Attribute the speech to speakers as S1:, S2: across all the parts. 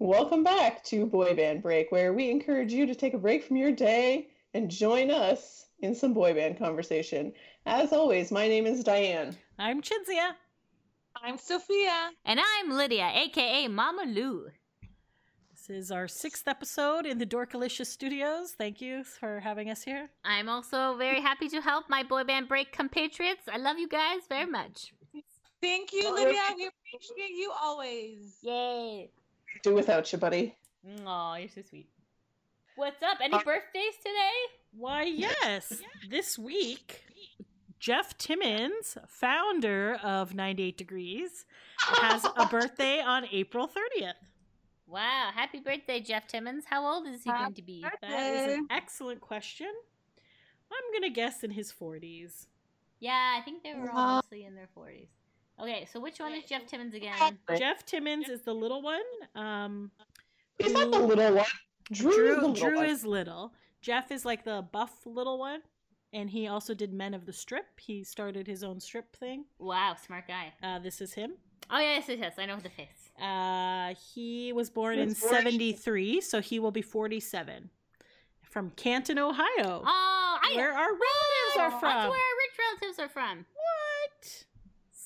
S1: Welcome back to Boy Band Break, where we encourage you to take a break from your day and join us in some boy band conversation. As always, my name is Diane.
S2: I'm Chinzia.
S3: I'm Sophia.
S4: And I'm Lydia, aka Mama Lou.
S2: This is our sixth episode in the Dorkalicious Studios. Thank you for having us here.
S4: I'm also very happy to help my boy band break compatriots. I love you guys very much.
S3: Thank you, Lydia. We appreciate you always.
S4: Yay.
S1: Do without you, buddy.
S4: Aw, you're so sweet. What's up? Any birthdays today?
S2: Why, yes, this week, Jeff Timmons, founder of 98 Degrees, has a birthday on April 30th.
S4: Wow, happy birthday, Jeff Timmons. How old is he
S3: Happy
S4: going to be?
S2: That is an
S3: Birthday.
S2: excellent question. I'm going to guess in his 40s.
S4: Yeah, I think they were all mostly in their 40s. Okay, so which one is Jeff Timmons again?
S2: Jeff Timmons is the little one. Um,
S1: Is that the
S2: who-
S1: little one? Drew, is the
S2: Drew,
S1: little
S2: Drew
S1: one.
S2: is little. Jeff is like the buff little one. And he also did Men of the Strip. He started his own strip thing.
S4: Wow, smart guy.
S2: Uh, this is him.
S4: Oh, yes, yes, yes. I know the face.
S2: Uh, he was born
S1: He
S2: in
S1: was born-
S2: 73, so he will be 47. From Canton, Ohio.
S4: Oh, I
S2: where our relatives are
S4: That's
S2: from.
S4: where our rich relatives are from.
S2: What?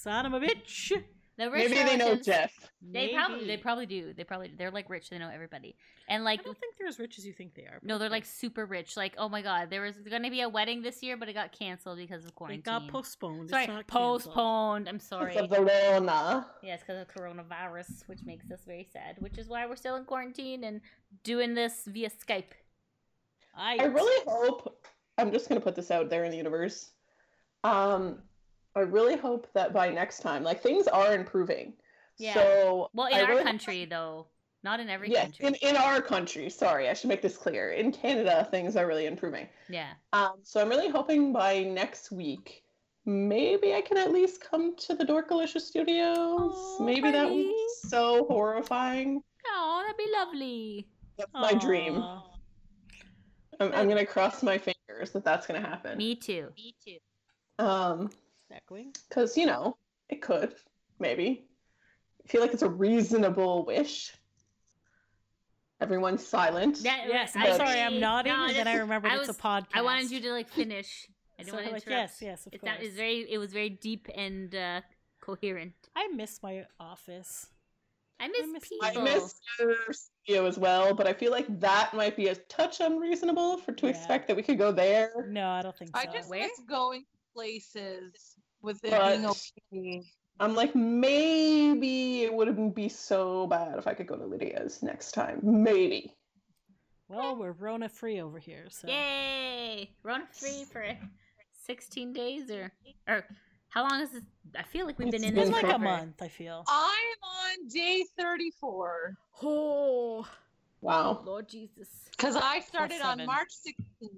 S2: Son of a bitch.
S4: The rich
S1: Maybe they know
S4: relatives-
S1: Jeff.
S4: They probably they
S2: Maybe.
S4: probably do. They probably they're like rich. They know everybody. And
S2: I
S4: like
S2: don't think they're as rich as you think they are.
S4: no, they're like super rich. Like oh my god, there was going to be a wedding this year, but it got canceled because of
S2: It
S4: quarantine.
S2: got postponed.
S4: Sorry,
S2: it's not canceled.
S4: postponed. I'm sorry.
S1: It's of the Lona.
S4: Yes, because of coronavirus, which makes us very sad. Which is why we're still in quarantine and doing this via Skype.
S2: I,
S1: I really hope I'm just gonna put this out there in the universe. Um, I really hope that by next time, like things are improving.
S4: Yeah.
S1: So
S4: Well, in
S1: I
S4: our
S1: really-
S4: country though, not in every
S1: yes,
S4: country.
S1: in in our country. Sorry, I should make this clear. In Canada, things are really improving.
S4: yeah.
S1: Um, so I'm really hoping by next week, maybe I can at least come to the Dorkalicious Studios.
S4: Aw,
S1: maybe that would
S4: honey.
S1: be so horrifying.
S4: Oh, that'd be lovely.
S1: That's my dream.
S2: Aw.
S1: I'm, I'm gonna cross my fingers that that's gonna happen.
S4: Me too. Me too.
S1: Um,
S2: Echoing.
S1: because you know it could maybe. I feel like it's a reasonable wish. Everyone's silent.
S4: That,
S2: Yes,
S4: I
S2: I'm sorry, I'm
S4: agree.
S2: nodding,
S4: No,
S2: and then I
S4: this-
S2: remembered
S4: I
S2: it's
S4: was-
S2: a podcast.
S4: I wanted you to like finish. I didn't
S2: So,
S4: want to
S2: like,
S4: interrupt.
S2: yes, yes, of
S4: It sound-
S2: course.
S4: it's very. It was very deep and uh, coherent.
S2: I miss my office.
S4: I miss,
S2: miss-
S4: people.
S1: I miss your studio as well, but I feel like that might be a touch unreasonable for to
S2: Yeah.
S1: expect that we could go there.
S2: No, I don't think so.
S3: I just
S4: Where?
S3: miss going places with it
S1: But-
S3: being okay.
S1: I'm like, maybe it wouldn't be so bad if I could go to Lydia's next time. Maybe.
S2: Well, we're Rona free over here, so
S4: Yay! Rona free for sixteen days or or how long is this? I feel like we've been
S1: It's
S4: in
S2: it's
S4: this
S2: been like a
S4: forever.
S2: month. I feel.
S3: I'm on day 34
S4: Oh
S1: Wow.
S4: Lord Jesus!
S3: because I started on
S2: seven.
S3: March 16th.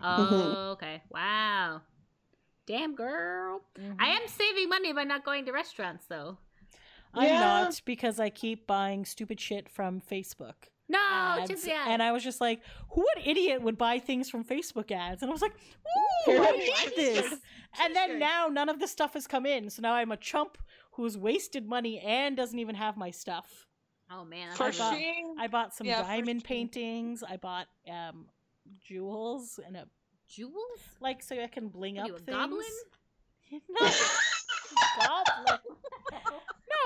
S4: Oh okay. Wow. Damn girl. Mm-hmm. I
S2: Mhm.
S4: am saving money by not going to restaurants though.
S2: I'm
S1: Yeah.
S2: not because I keep buying stupid shit from Facebook.
S4: No,
S2: ads,
S4: just yeah.
S2: And I was just like, what idiot would buy things from Facebook ads? And I was like, ooh,
S1: Ooh,
S2: I
S1: I
S2: need this. And then now none of the stuff has come in. So now I'm a chump who's wasted money and doesn't even have my stuff.
S4: Oh man, that's
S3: For
S2: I bought-
S4: awesome.
S3: shame.
S2: I bought some
S3: Yeah, for
S2: diamond
S3: sure.
S2: paintings. I bought um, jewels and a
S4: jewels.
S2: like so I can bling
S4: What
S2: up
S4: are you, a
S2: things.
S4: goblin?
S2: no, goblin.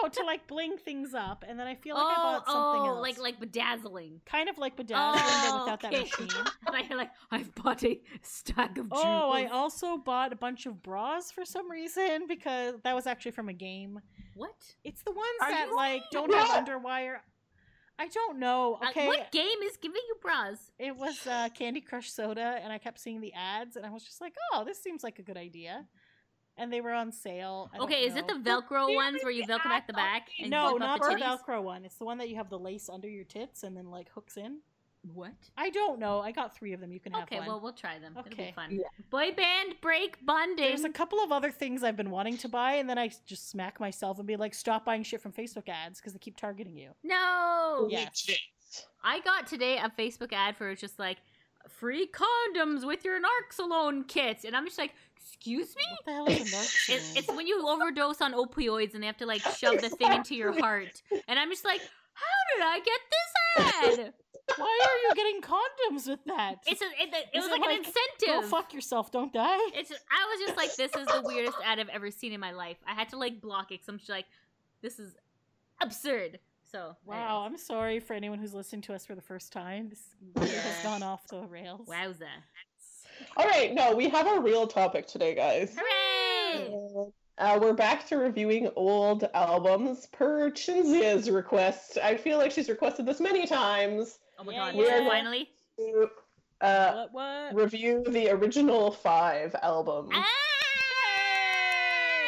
S2: No, to like bling things up, and then I feel like I bought something else,
S4: Oh, like like bedazzling.
S2: kind of like bedazzling, but
S4: Oh,
S2: without that
S4: okay.
S2: machine.
S4: like, like I've bought a stack of jewels.
S2: Oh, I also bought a bunch of bras for some reason because that was actually from a game.
S4: what?
S2: It's the ones
S3: Are
S2: that
S3: you-
S2: like don't
S1: Yeah.
S2: have underwire. I don't know.
S4: Uh,
S2: Okay,
S4: what game is giving you bras?
S2: it was uh, Candy Crush Soda, and I kept seeing the ads, and I was just like, "Oh, this seems like a good idea." And they were on sale. I don't
S4: Okay, is it the
S2: know.
S4: Velcro
S3: Where
S4: ones
S3: is
S4: where you
S3: the
S4: Velcro back the
S3: actual
S4: back and
S2: no,
S4: Velcro
S2: not
S4: up
S2: the
S4: the titties?
S2: Velcro one. It's the one that you have the lace under your tits and then like hooks in.
S4: What?
S2: I don't know. I got three of them. You can have
S4: Okay,
S2: one.
S4: well we'll try them. It'll
S2: Okay.
S4: be fun. Boy band break bonding.
S2: There's a couple of other things I've been wanting to buy, and then I just smack myself and be like, "Stop buying shit from Facebook ads because they keep targeting you."
S4: No.
S2: Yeah.
S1: Legit.
S4: I got today a Facebook ad for just like free condoms with your Narxalone kit, and I'm just like, excuse me.
S2: What the hell is a narc
S4: It,
S2: signal?
S4: it's when you overdose on opioids and they have to like shove the thing into your heart. And I'm just like, how did I get this ad?
S2: Why are you getting condoms with that?
S4: It's a, it, it
S2: Is
S4: was
S2: it
S4: like, an
S2: like, Go
S4: incentive.
S2: fuck yourself, don't die.
S4: It's I was just like, this is the weirdest ad I've ever seen in my life. I had to like block it because I'm just like, this is absurd. So
S2: Wow, I'm sorry for anyone who's listening to us for the first time. This really has
S4: Yeah.
S2: gone off the rails.
S4: anyways. wowza!
S1: All right, no, we have a real topic today, guys.
S4: Hooray!
S1: Uh, we're back to reviewing old albums per Chinzia's request. I feel like she's requested this many times.
S4: Oh my
S2: Yeah,
S4: god! is it
S1: yeah.
S4: Finally.
S1: to, Uh,
S2: What? What?
S1: review the original five albums.
S4: Ah!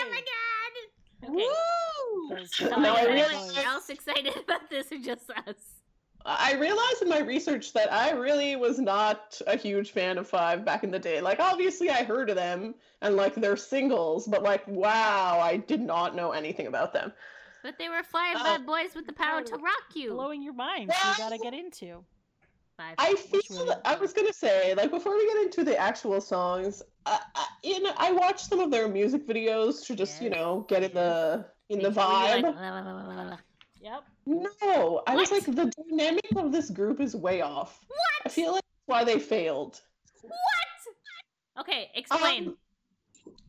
S4: Oh my god! Okay.
S3: Woo!
S2: Those
S4: So
S1: No, I
S2: five
S4: everyone
S1: realized-
S2: boys.
S4: else excited about this or just us?
S1: I realized in my research that I really was not a huge fan of Five back in the day. Like, obviously, I heard of them and like their singles, but like, wow, I did not know anything about them.
S4: But they were five
S1: Oh.
S4: bad boys with the power to rock you.
S2: blowing your mind. so you gotta get into.
S4: Five.
S1: I
S2: Which
S1: feel
S2: one?
S1: that- I was gonna say like before we get into the actual songs, I, I, you know, I watched some of their music videos to just you
S4: Yes,
S1: know get in the in the
S4: Were you like,
S1: vibe.
S4: la, la, la, la, la, la?
S2: Yep.
S1: No, I was
S4: What?
S1: like the dynamic of this group is way off. What? I feel like that's why they failed.
S4: Okay, explain.
S1: Um,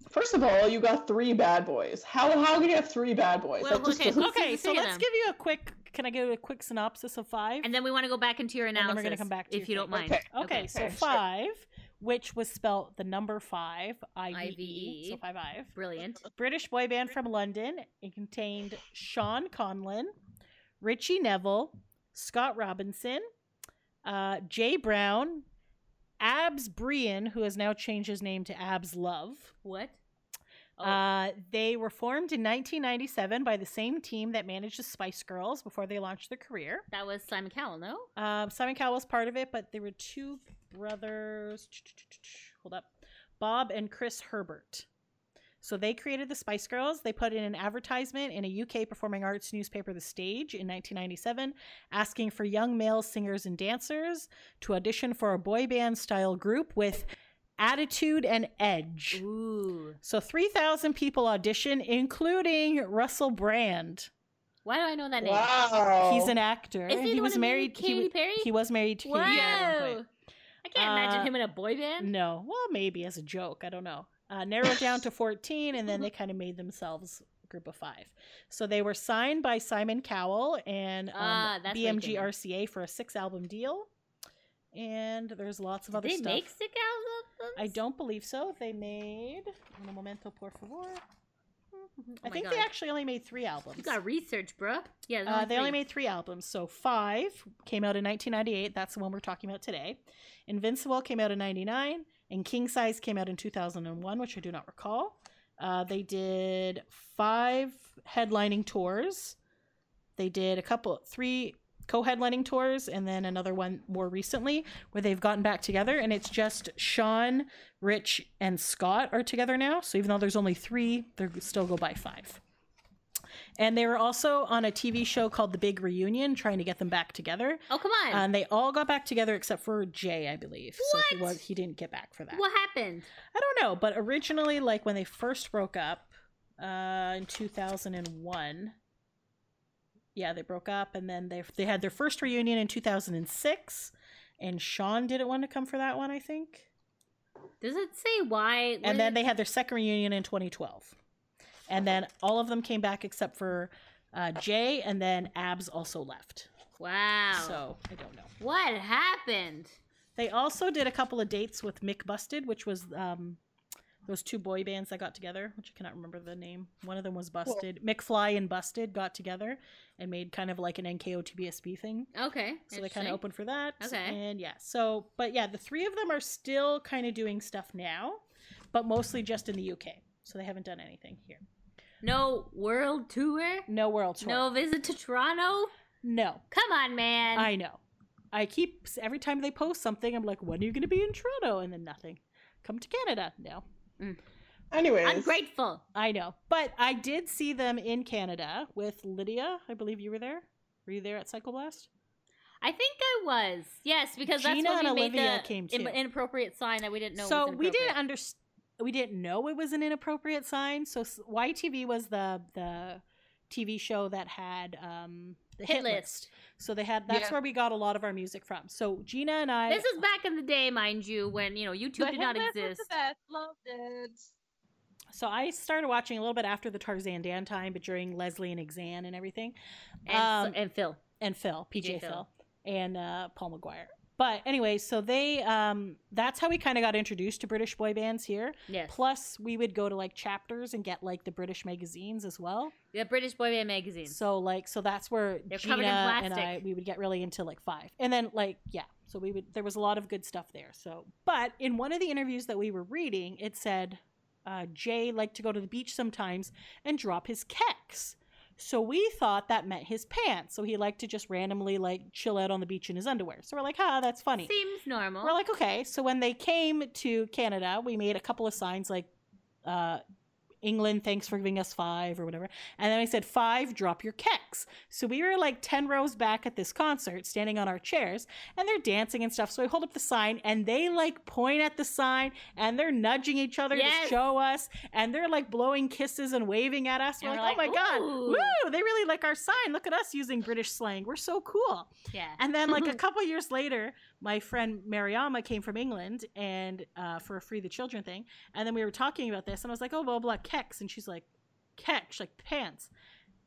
S1: First of all, you got three bad boys. How how can you have three bad boys?
S4: Well,
S1: That just
S4: okay,
S1: doesn't-
S4: Who's
S2: Okay,
S4: the
S2: so
S4: three of
S2: let's
S4: them?
S2: give you a quick. Can I give you a quick synopsis of five?
S4: and then we want to go back into your
S2: then we're
S4: analysis.
S2: gonna come back to your
S4: if you don't
S2: thing.
S4: mind.
S1: Okay.
S2: Okay, so
S1: Okay, sure.
S2: five, which was spelt the number five, I V E,
S4: IVE.
S2: so five five.
S4: Brilliant.
S2: British boy band from London. It contained Sean Conlon, Richie Neville, Scott Robinson, uh, Jay Brown, Abs Brian, who has now changed his name to Abs Love.
S4: What? Oh.
S2: Uh, they were formed in 1997 by the same team that managed the Spice Girls before they launched their career.
S4: That was Simon Cowell, no?
S2: Um, Simon Cowell was part of it, but there were two brothers. Hold up, Bob and Chris Herbert. So they created the Spice Girls. They put in an advertisement in a UK performing arts newspaper, The Stage, in 1997, asking for young male singers and dancers to audition for a boy band style group with attitude and edge.
S4: Ooh.
S2: So 3,000 people audition, including Russell Brand.
S4: Why do I know that name?
S1: Wow.
S2: He's an actor.
S4: Is he, the
S2: he
S4: one
S2: was
S4: who married
S2: married.
S4: Katy
S2: he, wa-
S4: Perry?
S2: he was married to
S4: Wow.
S2: Katy Perry. at one point.
S4: I can't imagine
S2: Uh,
S4: him in a boy band.
S2: No. Well, maybe as a joke. I don't know. Uh, narrowed down to 14, and then they kind of made themselves a group of five. So they were signed by Simon Cowell and um,
S4: Ah, that's what I'm
S2: BMG
S4: thinking.
S2: RCA for a six album deal. And there's lots of
S4: Did
S2: other
S4: they
S2: stuff.
S4: make sick albums?
S2: I don't believe so. They made. Un momento, por favor. I
S4: Oh my
S2: think
S4: God.
S2: they actually only made three albums.
S4: You got research, bruh. Yeah,
S2: Uh, they only
S4: three.
S2: made three albums. So Five came out in 1998. That's the one we're talking about today. Invincible came out in 99. And King Size came out in 2001, which I do not recall. Uh, they did five headlining tours. They did a couple, three co headlining tours, and then another one more recently where they've gotten back together. And it's just Sean, Rich, and Scott are together now. So even though there's only three, they still go by five. And they were also on a TV show called The Big Reunion, trying to get them back together.
S4: Oh, come on.
S2: And they all got back together except for Jay, I believe. So he
S4: What?
S2: was he didn't get back for that.
S4: what happened?
S2: I don't know, but originally, like when they first broke up uh, in 2001, yeah, they broke up, and then they they had their first reunion in 2006, and Sean didn't want to come for that one, I think.
S4: Does it say why?
S2: And then they had their second reunion in 2012, and then all of them came back except for uh, Jay, and then Abs also left.
S4: Wow.
S2: So I don't know.
S4: What happened?
S2: They also did a couple of dates with Mick Busted, which was um, those two boy bands that got together, which I cannot remember the name. One of them was Busted. McFly and Busted got together and made kind of like an NKO TBSB thing.
S4: Okay.
S2: So they kind of
S4: interesting.
S2: opened for that.
S4: Okay.
S2: And yeah, so, but yeah, the three of them are still kind of doing stuff now, but mostly just in the UK. So they haven't done anything here.
S4: No world tour.
S2: No world tour.
S4: No visit to Toronto.
S2: no.
S4: Come on, man.
S2: I know. I keep every time they post something, I'm like, when are you going to be in Toronto? And then nothing. Come to Canada. No,
S1: Anyways,
S4: Ungrateful.
S2: I know, but I did see them in Canada with Lydia. I believe you were there. Were you there at Cycle Blast?
S4: I think I was. Yes, because
S2: Gina
S4: that's when
S2: and
S4: we
S2: Olivia
S4: made the
S2: came
S4: in-
S2: too.
S4: inappropriate sign that we didn't know.
S2: so
S4: was
S2: we didn't
S4: inappropriate.
S2: understand. We didn't know it was an inappropriate sign. So s- YTV was the the TV show that had um, the
S4: Hit list.
S2: So they had that's
S1: Yeah.
S2: where we got a lot of our music from. So Gina and I
S4: This is back in the day, mind you, when you know YouTube
S3: The
S4: did not
S3: Hitman's
S4: exist.
S3: The best. Loved it.
S2: so I started watching a little bit after the Tarzan Dan time, but during Leslie and Exan and everything.
S4: And,
S2: Um,
S4: and Phil.
S2: and Phil, PJ
S4: PJ
S2: Phil,
S4: Phil.
S2: and uh, Paul McGuire. But anyway, so they um, that's how we kind of got introduced to British boy bands here.
S4: Yes.
S2: Plus, we would go to like chapters and get like the British magazines as well.
S4: the British boy band magazine.
S2: So like, so that's where
S4: They're
S2: Gina
S4: covered in
S2: and I
S4: plastic.
S2: we would get really into like five, and then like yeah. So we would there was a lot of good stuff there. So, but in one of the interviews that we were reading, it said uh, Jay liked to go to the beach sometimes and drop his kecks. So we thought that meant his pants. So he liked to just randomly like chill out on the beach in his underwear. So we're like, ah, that's funny.
S4: Seems normal.
S2: We're like, okay. So when they came to Canada, we made a couple of signs like, uh, England, thanks for giving us five or whatever. And then I said, five, drop your kecks. So we were like 10 rows back at this concert, standing on our chairs, and they're dancing and stuff. So I hold up the sign, and they like point at the sign, and they're nudging each other to
S4: Yes.
S2: show us, and they're like blowing kisses and waving at us. We're
S4: And
S2: like,
S4: we're
S2: oh my
S4: like,
S2: God,
S4: "Ooh."
S2: woo, they really like our sign. Look at us using British slang. We're so cool.
S4: yeah.
S2: And then, like a couple years later, my friend Mariama came from England and uh, for a Free the Children thing. And then we were talking about this, and I was like, "Oh, blah blah keks," and she's like, "Keks, like pants."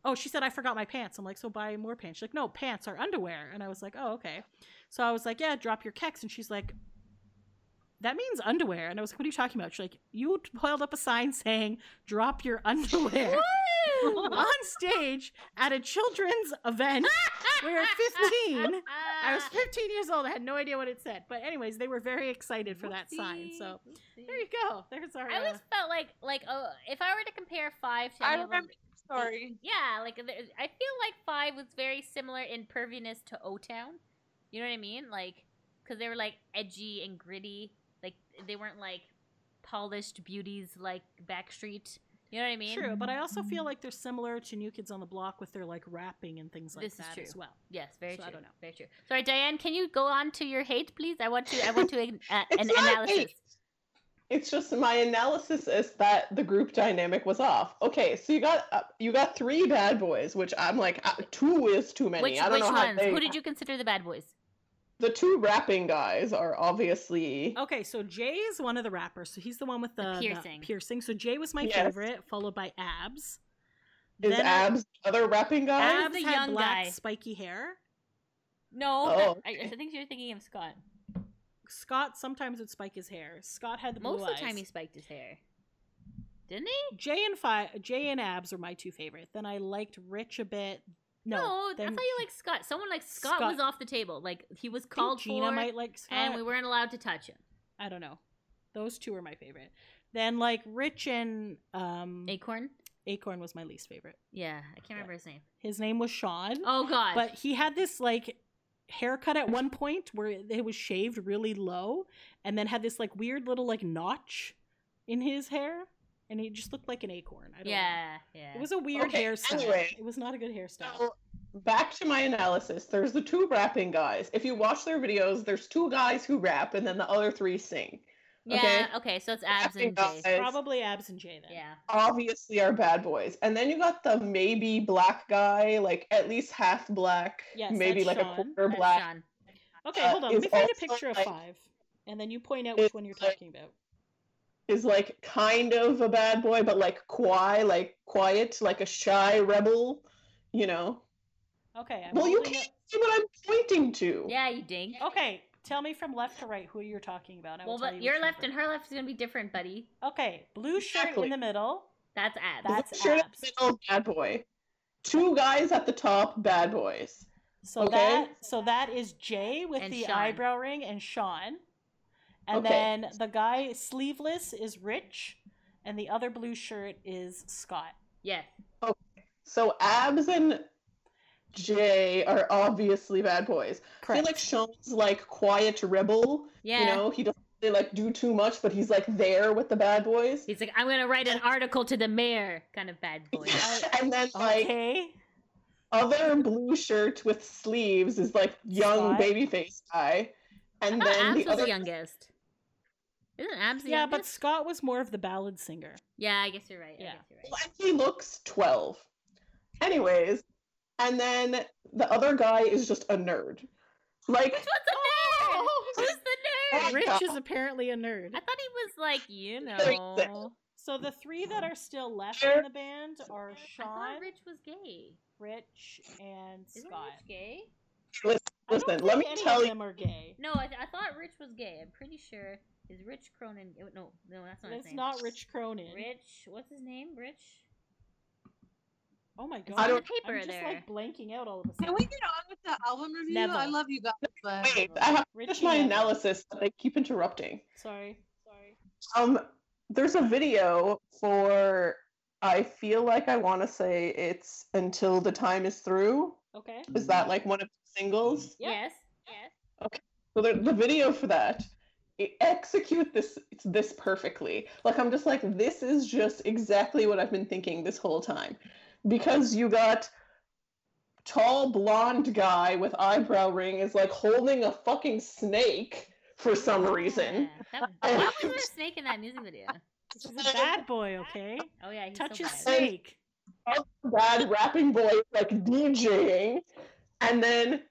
S2: Oh, she said I forgot my pants. I'm like, "So buy more pants." She's like, "No, pants are underwear." And I was like, "Oh, okay." So I was like, "Yeah, drop your keks," and she's like, "That means underwear." And I was like, "What are you talking about?" She's like, "You held up a sign saying drop your underwear." on stage at a children's event we were 15. I was 15 years old. I had no idea what it said. But anyways, they were very excited for that sign. So there you go. There's our.
S4: I
S2: uh,
S4: always felt like like oh, if I were to compare five to
S3: I
S4: any of them-
S3: remember the story.
S4: Yeah, like there- I feel like five was very similar in perviness to O Town. You know what I mean? Like, because they were like edgy and gritty. Like they weren't like polished beauties like Backstreet. You know what I mean?
S2: uh, True, but I also feel like they're similar to New Kids on the Block with their like rapping and things like
S4: This is
S2: that
S4: true.
S2: as well.
S4: Yes, very
S2: So I
S4: true.
S2: don't know.
S4: Very true. Sorry, Diane, can you go on to your hate, please? I want to. I want to an, uh, an
S1: It's not
S4: analysis.
S1: hate. It's just my analysis is that the group dynamic was off. Okay, so you got uh, you got three bad boys, which I'm like uh, two is too many.
S4: Which
S1: I don't
S4: which
S1: know
S4: ones?
S1: how they,
S4: Who did you consider the bad boys?
S1: The two rapping guys are obviously
S4: Oh,
S2: Okay, so Jay is one of the rappers. So he's the one with
S4: The
S2: the, the
S4: piercing.
S2: piercing. So Jay was my
S1: Yes.
S2: favorite, followed by Abs.
S1: is
S2: Then I-
S1: abs the other rapping guy.
S4: Ab-
S2: Abs
S4: the
S2: had
S4: young
S2: black
S4: guy.
S2: spiky hair.
S4: No,
S1: Oh,
S4: I, I
S1: okay.
S4: think you're thinking of Scott.
S2: Scott sometimes would spike his hair. Scott had the blue
S4: Most of the time,
S2: eyes.
S4: he spiked his hair, didn't he?
S2: Jay and Fi- Jay and Abs are my two favorite. Then I liked Rich a bit. No,
S4: No, I
S2: then
S4: thought you like Scott. Someone like Scott,
S2: Scott-
S4: was off the table. Like he
S2: I
S4: was
S2: think
S4: called
S2: Gina
S4: for,
S2: might like Scott.
S4: and we weren't allowed to touch him.
S2: I don't know. Those two were my favorite. Then like Rich and um
S4: Acorn.
S2: Acorn was my least favorite.
S4: Yeah, I can't remember his name.
S2: His name was Sean,
S4: Oh God.
S2: but he had this like haircut at one point where it was shaved really low and then had this like weird little like notch in his hair and he just looked like an acorn. I don't know.
S4: yeah, yeah.
S2: It was a weird
S1: Okay,
S2: hairstyle.
S1: anyway.
S2: It was not a good
S4: Ah.
S2: hairstyle.
S1: So back to my analysis. There's the two rapping guys. If you watch their videos, there's two guys who rap and then the other three sing.
S4: yeah. Okay. so it's abs
S1: Rapping
S4: and Jay.
S1: guys
S2: Probably Abs and Jay then.
S4: Yeah.
S1: obviously are bad boys. And then you got the maybe black guy, like at least half black,
S2: Yes,
S1: maybe like
S2: that's Sean.
S1: a quarter
S4: that's
S1: black.
S4: Sean.
S2: Okay,
S1: uh,
S2: hold on. Let
S1: is
S2: me find a
S1: also,
S2: picture of
S1: like-
S2: five, and then you point out
S1: is,
S2: which one you're
S1: like-
S2: talking about.
S1: is like kind of a bad boy, but like quiet, like quiet, like a shy rebel, you know.
S2: Okay. I'm
S1: well, you
S2: holding
S1: can't see what I'm pointing to.
S4: Yeah, you dink.
S2: up- Okay, tell me from left to right who you're talking about. I will
S4: Well,
S2: tell
S4: but
S2: you
S4: your
S2: which
S4: left
S2: one
S4: and her left is gonna be different, buddy.
S2: first. Okay, blue shirt in
S1: Exactly.
S2: the middle.
S4: That's
S2: That-
S4: abs.
S1: Blue
S2: that's
S1: shirt at
S2: abs.
S1: the middle, bad boy. Two guys at the top, bad boys.
S2: So
S1: Okay.
S2: that so that is Jay with
S4: And
S2: the
S4: Sean.
S2: eyebrow ring and Sean, and
S1: Okay.
S2: then the guy sleeveless is Rich, and the other blue shirt is Scott.
S4: yeah.
S1: So abs and Jay are obviously bad boys. I feel
S2: Correct.
S1: like Sean's like quiet rebel.
S4: Yeah.
S1: You know, he doesn't really like do too much, but he's like there with the bad boys.
S4: He's like, I'm gonna write an article to the mayor, kind of bad boy.
S1: and then like
S2: okay.
S1: other blue shirt with sleeves is like young
S2: Scott.
S1: baby face guy. And
S4: I thought
S1: then
S4: abs
S1: the
S4: was
S1: other
S4: the youngest. Isn't abs the
S2: Yeah, but
S4: youngest?
S2: Scott was more of the ballad singer.
S4: Yeah, I guess you're right. I
S2: Yeah.
S4: guess you're right.
S1: and he looks twelve. Anyways, and then the other guy is just a nerd. Like,
S4: Which one's a nerd? Who's the nerd?
S1: Oh,
S2: Rich
S1: God.
S2: is apparently a nerd.
S4: I thought he was like, you
S1: Very sick.
S4: know.
S2: So the three that are still left in the band are
S4: I thought
S2: Sean,
S4: Rich was gay.
S2: Rich, and
S4: Isn't
S2: Scott.
S4: Rich gay?
S1: listen,
S2: I don't
S1: listen, let me
S2: think any
S1: tell
S2: of
S1: you.
S2: them are gay.
S4: No, I, th- I thought Rich was gay. I'm pretty sure. Is Rich Cronin? oh, No, no, that's not his
S2: It's
S4: name.
S2: not Rich Cronin.
S4: Rich, what's his name? Rich.
S2: Oh my god!
S1: on the
S4: paper
S2: I'm just
S4: there.
S2: like blanking out all of a
S3: Can
S2: sudden.
S3: we get on with the album review? I
S4: Neville.
S3: love you guys. But...
S1: Wait, I have to
S2: Rich
S1: finish my
S2: Neville.
S1: analysis, but they keep interrupting.
S2: Sorry, sorry.
S1: Um, there's a video for. I feel like I want to say it's until the time is through.
S2: Okay.
S1: Is that like one of the singles?
S2: Yeah.
S4: Yes. Yes.
S1: So the, the video for that, e- execute this it's this perfectly. Like I'm just like this is just exactly what I've been thinking this whole time, because you got tall blonde guy with eyebrow ring is like holding a fucking snake for some reason.
S4: Yeah, That, why was there a snake in that music video?
S2: This is a bad boy, okay?
S4: Oh yeah, he's
S2: Touch
S4: so
S2: his
S4: bad.
S2: snake.
S1: Bad rapping boy like DJing, and then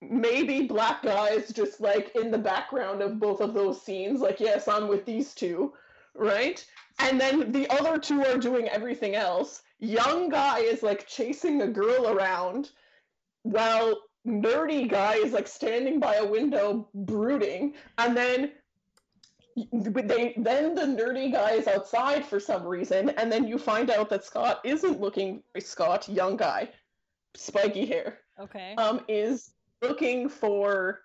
S1: maybe black guys just like in the background of both of those scenes like yes i'm with these two right and then the other two are doing everything else young guy is like chasing a girl around while nerdy guy is like standing by a window brooding and then but they then the nerdy guy is outside for some reason and then you find out that scott isn't looking for scott young guy spiky hair
S2: Okay.
S1: um, is looking for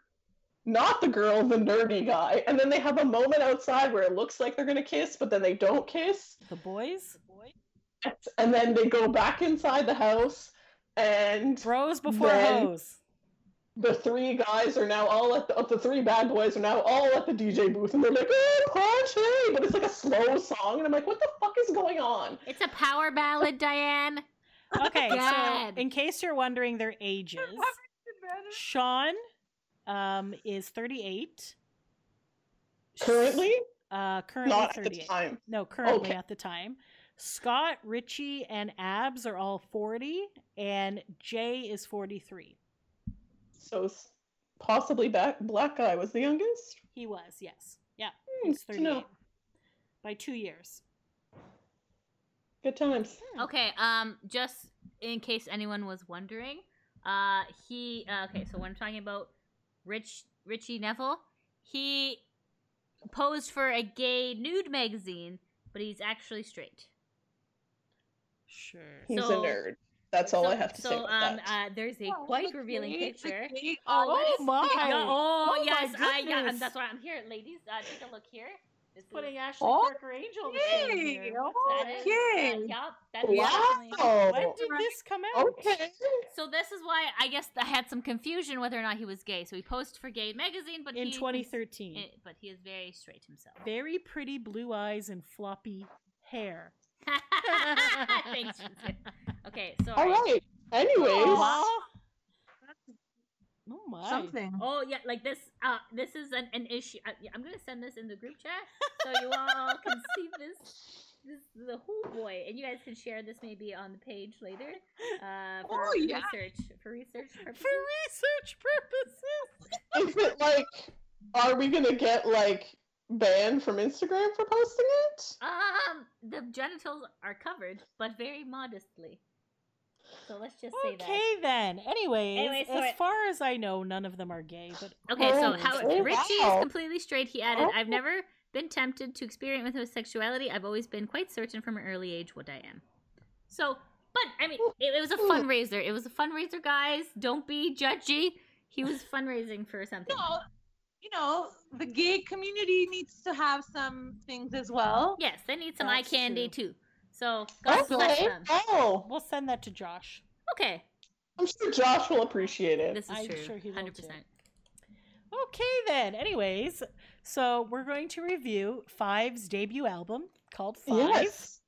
S1: not the girl, the nerdy guy, and then they have a moment outside where it looks like they're gonna kiss, but then they don't kiss,
S2: The boys.
S1: and then they go back inside the house, and
S2: Bros before
S1: Then-
S2: hoes.
S1: the three guys are now all at the, of the three bad boys are now all at the DJ booth, and they're like, "Oh, punch!" Hey! But it's like a slow song, and I'm like, "What the fuck is going on?"
S4: It's a power ballad, Diane.
S2: Okay. so
S4: God.
S2: in case you're wondering their ages, Sean um is 38.
S1: Currently,
S2: Uh, currently
S1: not at the
S2: 38.
S1: time.
S2: No, currently
S1: Okay.
S2: at the time. Scott, Richie, and Abs are all 40, and Jay is 43.
S1: So s- possibly back black guy was the youngest.
S2: He was, yes. Yeah,
S1: Hmm,
S2: he's
S1: good to
S2: 38.
S1: know.
S2: By two years.
S1: Good times.
S4: Okay, um, just in case anyone was wondering, uh, he uh, okay. So when I'm talking about Rich Richie Neville, he posed for a gay nude magazine, but he's actually straight.
S2: Sure.
S1: He's
S4: Hmm, So-
S1: a nerd. That's all
S4: so,
S1: I have to
S4: so,
S1: say. About
S4: um,
S1: that.
S4: Uh, there's a quite revealing picture.
S2: Oh, my.
S4: Yeah, oh,
S2: Oh my
S4: yes, I yeah,
S2: goodness.
S4: that's
S1: Oh
S4: why I'm here, ladies. Uh, take a look here. This is-
S2: Putting Ashley
S3: Oh.
S2: Parker Angel in
S3: Hey, oh,
S2: here.
S4: that is-
S3: okay.
S4: Uh, yup, that's
S1: wow.
S4: definitely-
S2: When did this come out?
S1: Okay.
S4: So this is why I guess I had some confusion whether or not he was gay. So he posed for Gay Magazine, but
S2: In
S4: he,
S2: 2013.
S4: eh, but he is very straight himself.
S2: Very pretty blue eyes and floppy hair.
S4: Thanks. Jason. Okay, so
S1: All right. Anyways,
S2: Aw. Oh my.
S3: Something.
S4: Oh yeah, like this. Uh, this is an, an issue. I, I'm gonna send this in the group chat so you all can see this. This the whole boy, and you guys can share this maybe on the page later. Uh, for
S3: Oh, yeah.
S4: research for research purposes.
S2: For research purposes.
S1: is it like, are we gonna get like banned from Instagram for posting it?
S4: Um, the genitals are covered, but very modestly. So let's just say that.
S2: Okay then. Anyways,
S4: Anyway, so
S2: as
S4: it-
S2: far as I know, none of them are gay, but
S4: Okay,
S1: Oh,
S4: so how
S1: oh,
S4: Richie
S1: wow.
S4: is completely straight. He added,
S1: Oh.
S4: "I've never been tempted to experiment with homosexuality. I've always been quite certain from an early age what I am." So, but I mean, it, it was a fundraiser. It was a fundraiser, guys. Don't be judgy. He was fundraising for something.
S3: No, you know, the gay community needs to have some things as well.
S4: Yes, they need some
S2: That's
S4: eye candy too. So God bless
S1: Okay.
S4: them.
S1: Oh,
S2: we'll send that to Josh.
S4: Okay,
S1: I'm sure Josh will appreciate it.
S4: this is
S2: I'm
S4: true.
S2: sure he will,
S4: Hundred
S2: too.
S4: percent.
S2: Okay then. Anyways, so we're going to review Five's debut album called Five.
S1: Yes.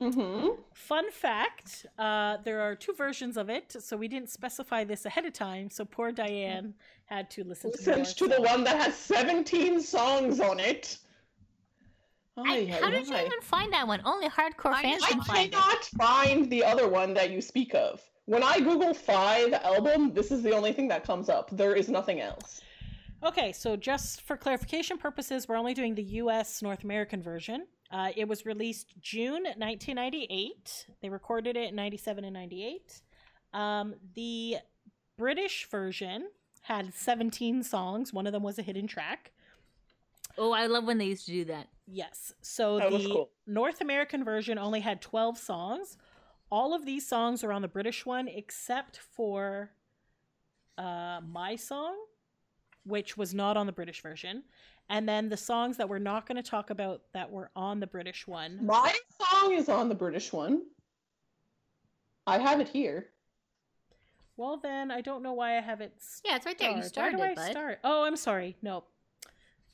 S1: Mm-hmm.
S2: Fun fact, uh, there are two versions of it, so we didn't specify this ahead of time, so poor Diane had to listen to,
S1: Listen
S2: more
S1: to the
S2: songs.
S1: one that has 17 songs on it.
S4: I,
S1: Ay,
S4: how
S1: ay,
S4: did you
S1: ay.
S4: even find that one? Only hardcore
S3: I-
S4: fans
S1: Oh, I
S4: can find it.
S1: cannot find the other one that you speak of. When I Google Five album, this is the only thing that comes up. There is nothing else.
S2: Okay, so just for clarification purposes, we're only doing the US North American version. Uh, it was released June 1998. They recorded it in 97 and 98. Um, the British version had 17 songs, one of them was a hidden track.
S4: Oh, I love when they used to do that.
S2: Yes. So
S1: That
S2: the
S1: was cool.
S2: North American version only had 12 songs. All of these songs are on the British one except for uh, My Song, which was not on the British version. And then the songs that we're not going to talk about that were on the British one.
S1: My song is on the British one. I have it here.
S2: Well, then I don't know why I have it. Starred.
S4: Yeah, it's right there. You started,
S2: Where do I
S4: bud.
S2: start? Oh, I'm sorry. No,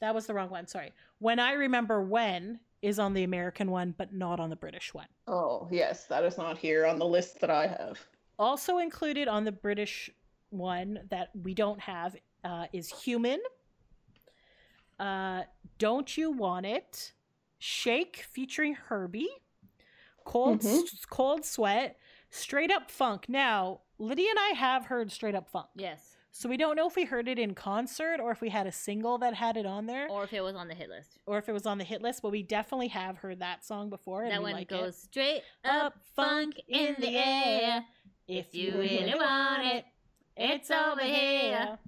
S2: that was the wrong one. Sorry. When I Remember When is on the American one, but not on the British one.
S1: Oh, yes, that is not here on the list that I have.
S2: also included on the British one that we don't have uh, is Human. Uh, don't You Want It? Shake featuring Herbie. Cold,
S4: Mm-hmm.
S2: S- cold Sweat. Straight Up Funk. Now, Lydia and I have heard Straight Up Funk.
S4: Yes.
S2: So we don't know if we heard it in concert or if we had a single that had it on there or,
S4: Or if it was on the hit list.
S2: if it was on the hit list, but we definitely have heard that song before. And
S4: That
S2: we
S4: one
S2: like it.
S4: goes straight up, funk in the air. If you really want it, it's over here.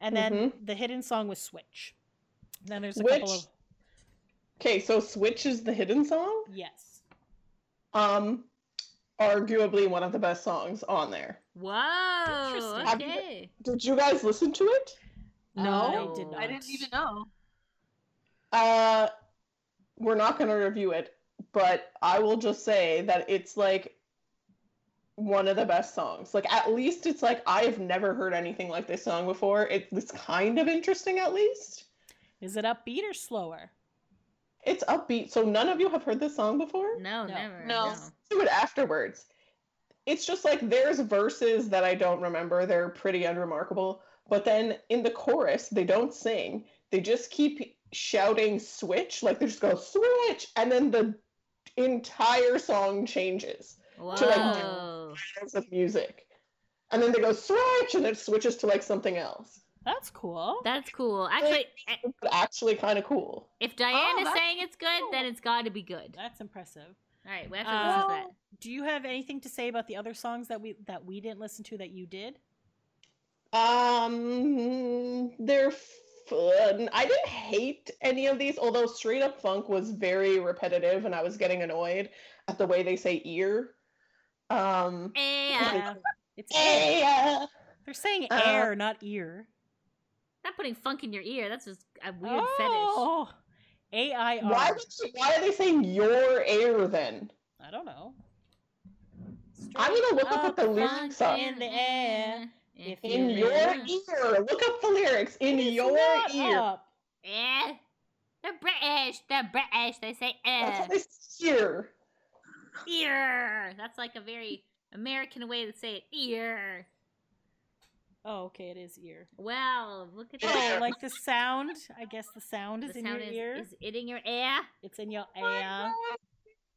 S2: And then the hidden song was Switch. Then there's a couple
S1: Mm-hmm. Which-
S2: of
S1: Okay, so Switch is the hidden song.
S2: yes.
S1: Um, arguably one of the best songs on there.
S4: Whoa.
S2: Interesting.
S4: Okay.
S1: Did you guys listen to it?
S2: Uh, No, I did
S4: No.
S2: not.
S3: I didn't even know.
S1: Uh, we're not going to review it, but I will just say that it's like one of the best songs. Like, at least it's like I've never heard anything like this song before. It, it's kind of interesting, at least.
S2: Is it upbeat or slower?
S1: It's upbeat. So, none of you have heard this song before?
S4: No,
S2: No.
S4: never.
S3: No.
S4: No.
S1: do it afterwards. It's just like there's verses that I don't remember. They're pretty unremarkable. But then in the chorus, they don't sing. They just keep shouting switch. Like they just go switch. And then the entire song changes To, like,
S4: Whoa.
S1: It's of music. And then they go switch and it switches to like something else.
S2: That's cool.
S4: That's cool. Actually, eh,
S1: It's actually kind of cool.
S4: if Diane
S3: Oh,
S4: is
S3: that's
S4: saying it's good, then
S3: cool.
S4: it's got to be good.
S2: That's impressive.
S4: All right, we have to listen to
S2: Uh,
S4: that.
S2: Do you have anything to say about the other songs that we that we didn't listen to that you did?
S1: Um, they're fun. I didn't hate any of these, although Straight Up Funk was very repetitive, and I was getting annoyed at the way they say ear. Um,
S4: Yeah.
S2: It's air.
S1: yeah.
S2: They're saying
S1: eh. Uh,
S2: air, not ear.
S4: Not putting funk in your ear. That's just a weird fetish.
S2: oh, A I
S1: Why?
S2: R.
S1: would you- Why are they saying your air then?
S2: I don't know.
S1: I'm gonna look up what the lyrics are.
S4: Funk
S2: in the air,
S4: If
S2: if
S1: In
S4: you
S1: your
S4: really-
S1: ear. Look up the lyrics. In
S2: It's
S1: your
S2: not oh,
S1: ear.
S2: up.
S4: Eh. They're British. They're British. They say
S1: That's
S4: eh.
S1: how they say ear.
S4: ear. That's like a very American way to say it. Ear.
S2: Oh, okay, it is ear.
S4: Wow, look at
S2: Oh,
S4: that.
S2: like the sound. I guess the sound is
S4: the
S2: in
S4: sound
S2: your
S4: is,
S2: ear.
S4: is it in your ear?
S2: It's in your
S3: I
S2: ear.
S3: know what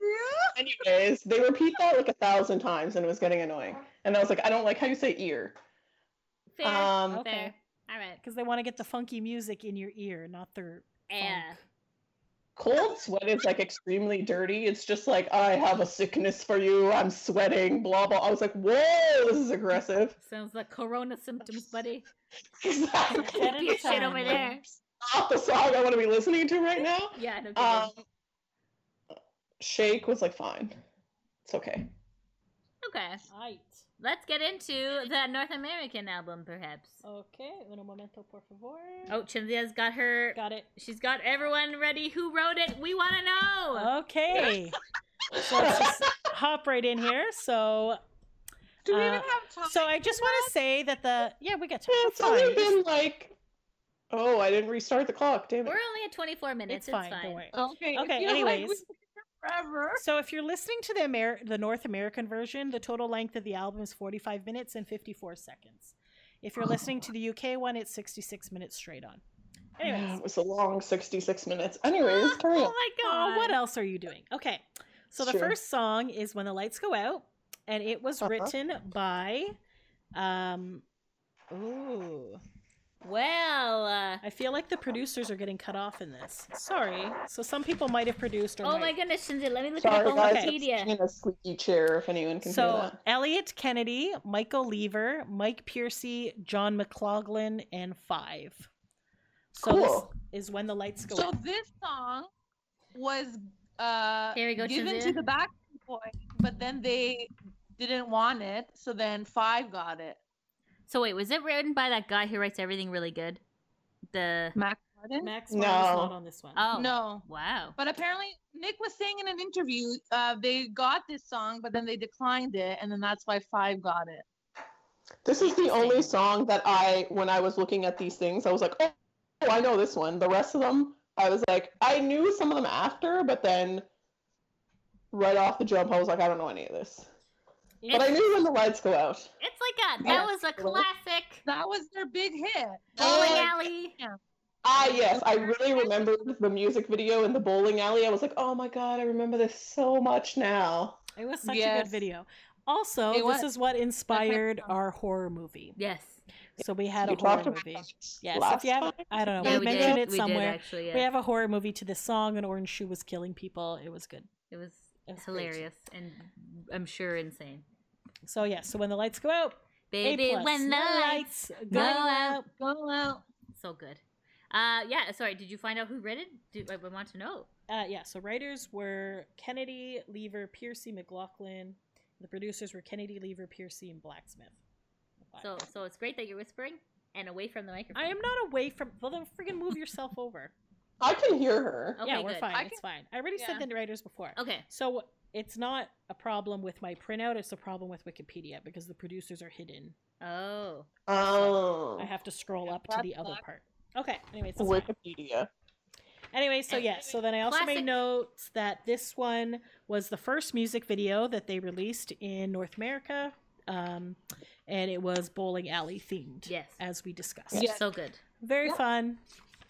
S3: to
S1: Anyways, they repeat that like a thousand times, and it was getting annoying. And I was like, I don't like how you say ear.
S4: Fair.
S1: Um,
S4: fair.
S2: okay.
S4: All right.
S2: Because they want to get the funky music in your ear, not their
S4: Eh.
S2: funk.
S1: Cold sweat is like extremely dirty. It's just like I have a sickness for you. I'm sweating. Blah blah. I was like, whoa, this is aggressive.
S4: Sounds like corona symptoms, buddy.
S1: Exactly.
S2: Get it
S4: Keep your shit
S2: done,
S4: over there.
S1: Not the song I want to be listening to right now.
S4: Yeah, no kidding.
S1: Um, Shake was like fine. It's okay.
S4: okay.
S2: Right.
S4: Let's get into the North American album, perhaps.
S2: Okay. Un momento, por favor.
S4: Oh, Chinzia's got her.
S2: Got it.
S4: She's got everyone ready. Who wrote it? We want to know.
S2: Oh, Okay. so let's just hop right in here. So,
S3: Do we
S2: Uh,
S3: even have time?
S2: so I just want to say that the yeah we got time.
S1: Yeah, it's only been like, oh, I didn't restart the clock. Damn
S4: We're
S1: it.
S4: only at 24 minutes.
S2: It's fine. Don't worry.
S3: okay. I
S2: okay,
S3: feel like
S2: anyways.
S3: we've been here forever.
S2: So if you're listening to the Amer- the North American version, the total length of the album is 45 minutes and 54 seconds. If you're listening to the UK one, it's 66 minutes straight on.
S1: Yeah,
S2: Anyways.
S1: it was a long 66 minutes. Anyways, carry on.
S4: Oh my
S2: Oh,
S4: god.
S2: what else are you doing? Okay. So the
S1: Sure.
S2: first song is When the Lights Go Out, and it was
S1: Uh-huh.
S2: written by um Ooh.
S4: Well, uh,
S2: I feel like the producers are getting cut off in this. Sorry. So some people might have produced or
S4: oh my
S2: might-
S4: goodness, Shinzi, let me look it
S1: Sorry,
S4: up on
S1: guys. I'm
S4: Wikipedia.
S1: sitting in a squeaky chair, if anyone can hear
S2: So
S1: that.
S2: Elliot Kennedy, Michael Lever, Mike Piercy, John McLaughlin, and five. So
S1: Cool.
S2: this is when the lights go
S3: So
S2: out.
S3: this song was uh,
S4: Here we go,
S3: given to
S4: Shazia.
S3: the Backstreet Boys, but then they didn't want it, so then Five got it.
S4: So wait, was it written by that guy who writes everything really good? The
S3: Max Martin?
S2: Max
S1: No.
S2: Martin's not on this one.
S4: oh
S3: No.
S4: wow.
S3: But apparently, Nick was saying in an interview uh, they got this song, but then they declined it, and then that's why Five got it.
S1: This is the only
S4: Interesting.
S1: song that I, when I was looking at these things, I was like, oh, oh, I know this one. The rest of them, I was like, I knew some of them after, but then right off the jump, I was like, I don't know any of this. But I
S4: It's-
S1: knew when the lights go out.
S4: It's like a that
S1: Yeah.
S4: was a
S1: Well,
S4: classic
S3: That was their big hit.
S4: bowling
S1: uh,
S4: alley.
S1: Ah, yes, I really remembered the music video in the bowling alley. I was like, oh my god, I remember this so much now.
S2: It was such a
S3: Yes.
S2: good video. Also,
S3: It
S2: this
S3: was.
S2: is what inspired our horror movie.
S4: Yes.
S2: So we had a
S1: You
S2: horror
S1: talked about
S2: movie.
S1: this
S2: Yes,
S1: last
S2: if you have,
S1: time.
S2: I don't know,
S4: Yeah,
S2: we,
S4: we
S2: mentioned
S4: did.
S2: it
S4: we
S2: somewhere.
S4: did actually. Yeah.
S2: We have a horror movie to this song, and Orange Shoe was killing people. It was good.
S4: it was
S2: it was great.
S4: hilarious and I'm sure insane.
S2: So yeah, so when the lights go out, A
S4: Baby,
S2: plus.
S4: when the lights go out.
S3: Go out.
S4: So good. Uh, yeah. Sorry. Did you find out who read it? Do, I I want to know.
S2: Uh, yeah, so writers were Kennedy, Lever, Piercy, McLaughlin. The producers were Kennedy, Lever, Piercy, and Blacksmith.
S4: So, so it's great that you're whispering and away from the microphone.
S2: I am not away from. Well, then freaking move yourself over.
S1: I can hear her.
S4: Okay,
S2: yeah, we're
S4: good.
S2: fine.
S3: I
S2: it's
S3: can-
S2: fine. I already
S3: yeah.
S2: said the writers before.
S4: Okay.
S2: So it's not a problem with my printout. It's a problem with Wikipedia because the producers are hidden.
S4: Oh.
S1: Oh,
S2: I have to scroll
S3: Yeah,
S2: up to the
S3: that's
S2: other
S3: not-
S2: part. Okay. Anyways, that's fine.
S1: Wikipedia.
S2: Anyway, so yeah, so then I also
S4: Classic.
S2: made notes that this one was the first music video that they released in North America, um, and it was bowling alley themed,
S4: Yes.
S2: as we discussed.
S3: Yeah.
S4: So good.
S2: Very
S3: Yeah.
S2: fun,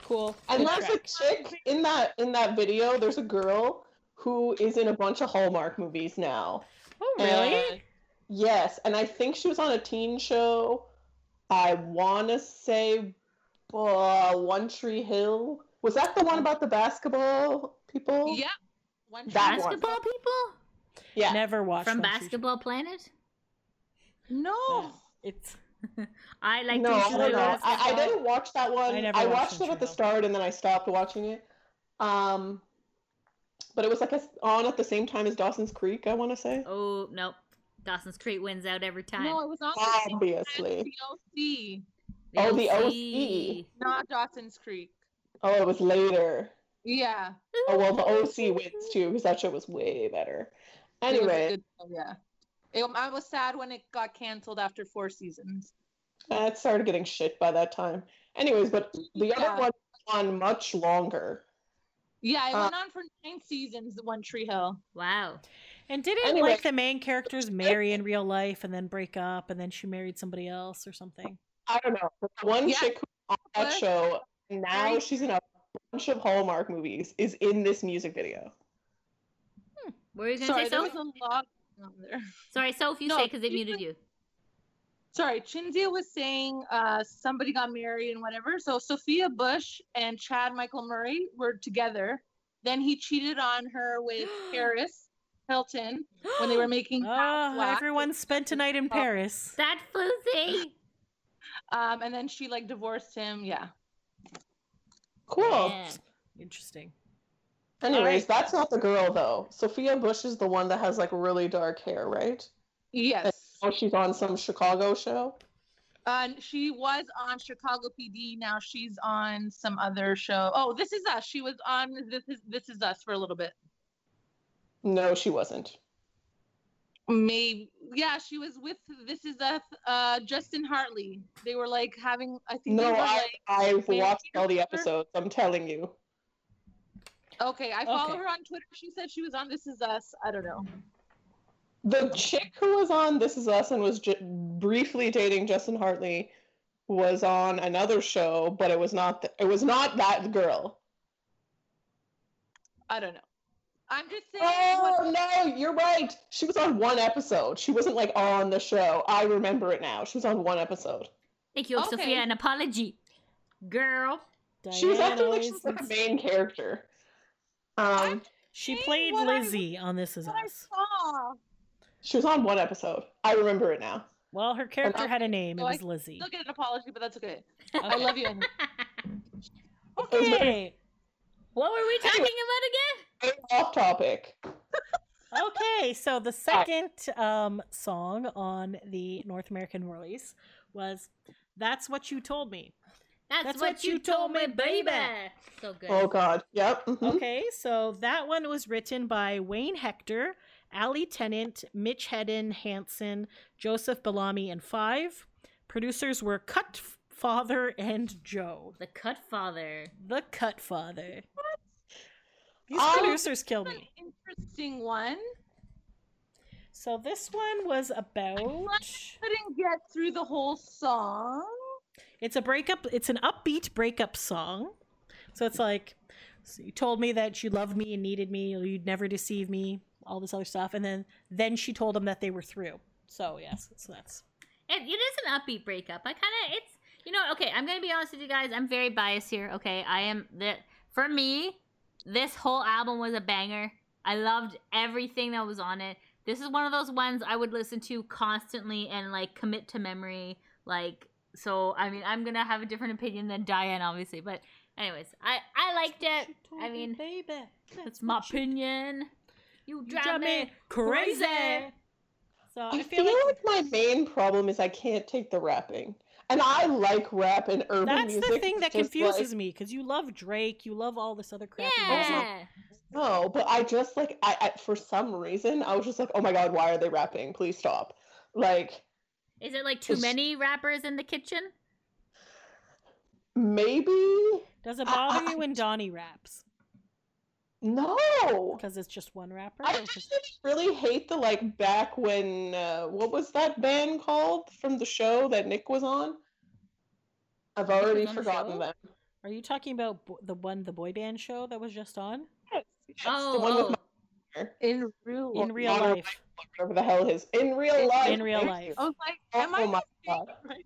S2: cool.
S1: And
S2: good
S1: there's a
S2: track.
S1: chick in that in that video. There's a girl who is in a bunch of Hallmark movies now.
S2: oh really?
S1: And- yes, and I think she was on a teen show. I want to say uh, One Tree Hill. Was that the one about the basketball people?
S3: Yeah. One
S1: That one.
S4: basketball people
S1: Yeah.
S2: Never watched
S4: from
S2: One Tree
S4: Basketball Planet.
S3: No.
S2: Hill. It's
S4: I like
S1: no,
S4: to
S1: I
S4: enjoy
S1: don't know. I, I
S4: basketball.
S1: didn't watch that one.
S2: I
S1: I,
S2: never watched
S1: watched it at the
S2: Intruder.
S1: start and then I stopped watching it. Um, but it was like a, on at the same time as Dawson's Creek. I want to say.
S4: Oh no, Dawson's Creek wins out every time.
S3: No, it was on the
S1: Obviously.
S3: DLC,
S1: Oh, the OC.
S3: not Dawson's Creek.
S1: Oh, it was later.
S3: Yeah.
S1: Oh well, the OC wins too because that show was way better.
S3: It was a
S1: Anyway,
S3: good show, yeah. It- I was sad when it got canceled after four seasons.
S1: uh, it started getting shit by that time. Anyways, but the
S3: Yeah.
S1: other one on much longer.
S3: Yeah, it
S1: Uh,
S3: went on for nine seasons, The One Tree Hill.
S4: Wow.
S2: and didn't
S1: Anyway.
S2: like the main characters marry in real life and then break up and then she married somebody else or something.
S1: I don't know. but the one
S3: Yeah.
S1: chick who was on that
S3: What?
S1: show and now
S3: Right.
S1: she's in a bunch of Hallmark movies is in this music video.
S4: What were you gonna
S3: Sorry,
S4: say,
S3: there
S4: Soph?
S3: was a lot on there.
S4: Sorry, Soph, you
S3: No,
S4: say because it
S3: you
S4: muted you.
S3: Sorry, Chinzia was saying uh, somebody got married and whatever. So Sophia Bush and Chad Michael Murray were together. Then he cheated on her with Paris Hilton when they were making House
S2: Oh,
S3: Wax.
S2: everyone spent a night in Paris.
S4: That floozy.
S3: Um, and then she like divorced him. Yeah.
S1: Cool.
S4: Yeah.
S2: Interesting.
S1: Anyways,
S2: Alright.
S1: that's not the girl though. Sophia Bush is the one that has like really dark hair, right?
S3: Yes.
S1: Oh, she's on some Chicago show.
S3: Uh, she was on Chicago PD. Now she's on some other show. Oh, This Is Us. She was on This Is This Is Us for a little bit.
S1: No, she wasn't.
S3: Maybe yeah, she was with This Is Us. Uh, Justin Hartley. They were like having. I think. they
S1: No,
S3: were,
S1: I,
S3: like-
S1: I've
S3: Wait,
S1: watched all the
S3: Peter?
S1: episodes. I'm telling you.
S3: okay, I follow
S2: Okay.
S3: her on Twitter. She said she was on This Is Us. I don't know.
S1: The chick who was on This Is Us and was ju- briefly dating Justin Hartley was on another show, but it was not th- it was not that girl.
S3: I don't know. I'm just saying. what-
S1: Oh no, you're right. She was on one episode. She wasn't like on the show. I remember it now. She was on one episode.
S4: Thank you,
S3: Okay.
S4: Sophia, an apology. Girl.
S2: Diane
S1: she was acting like she was
S2: always
S1: like a
S2: needs-
S1: main character. Um,
S2: She
S3: Hey,
S2: played
S3: what I-
S2: Lizzie on This Is
S3: what I
S2: Us.
S3: saw.
S1: she was on one episode. I remember it now.
S2: Well, her character
S3: Okay,
S2: had a name. It
S3: so I
S2: was Lizzie.
S3: Still get an apology, but that's okay. I
S2: Okay.
S3: love you. Anyway.
S1: It was very
S2: Okay.
S4: What were we talking about
S1: Anyway.
S4: again?
S1: very off topic.
S2: Okay, so the second um, song on the North American release was "That's What You Told Me."
S4: That's, what, you told me, baby. So good.
S1: Oh god. Yep. mhm.
S3: Mm-hmm.
S2: Okay, so that one was written by Wayne Hector, Ali Tennant, Mitch Hedden Hansen, Joseph Bellamy, and Five. Producers were Cut Father and Joe.
S4: The Cut Father.
S2: The Cut Father. These
S3: Um,
S1: Oh,
S2: producers kill
S3: That's
S2: me.
S3: an interesting one.
S2: So this one was about.
S3: Couldn't get through the whole song.
S2: It's a breakup. It's an upbeat breakup song. So it's like, so you told me that you loved me and needed me, or you'd never deceive me, all this other stuff, and then then she told him that they were through. So yes, so that's
S4: It, it is an upbeat breakup. I kind of it's you know okay. I'm gonna be honest with you guys. I'm very biased here. Okay, I am that for me. This whole album was a banger. I loved everything that was on it. This is one of those ones I would listen to constantly and like commit to memory. Like so, I mean, I'm gonna have a different opinion than Diane, obviously. But anyways, I I liked it. I mean,
S2: baby,
S4: that's my opinion. You
S2: You
S4: drive me
S2: crazy.
S4: crazy.
S2: So
S1: I feel like my main problem is I can't take the rapping. And I like rap and urban
S2: that's
S1: music.
S2: the thing that
S1: it's just,
S2: confuses
S1: like,
S2: me because you love Drake, you love all this other crap. and also-
S4: Yeah.
S1: No, but I just like I, I for some reason I was just like, oh my god, why are they rapping? Please stop. Like
S4: Is it like too
S1: It's-
S4: many rappers in the kitchen?
S1: maybe
S2: Does it
S1: I- I-
S2: bother you when Donnie raps?
S1: no.
S2: Because it's just one rapper.
S1: I
S2: or it's just-
S1: actually really hate the like back when uh, what was that band called from the show that Nick was on? I've
S4: was
S1: already
S4: on the
S1: forgotten
S4: show?
S1: them.
S2: Are you talking about bo- the one the boy band show that was just on
S1: the one with
S4: Oh, oh.
S3: In real.
S2: in real
S1: Modern
S2: life?
S1: whatever the hell his in real
S3: In-
S1: life.
S2: in real
S1: thank
S2: life.
S1: you.
S3: I was like,
S1: Oh
S3: am I
S1: my
S3: saying
S1: God.
S3: it right?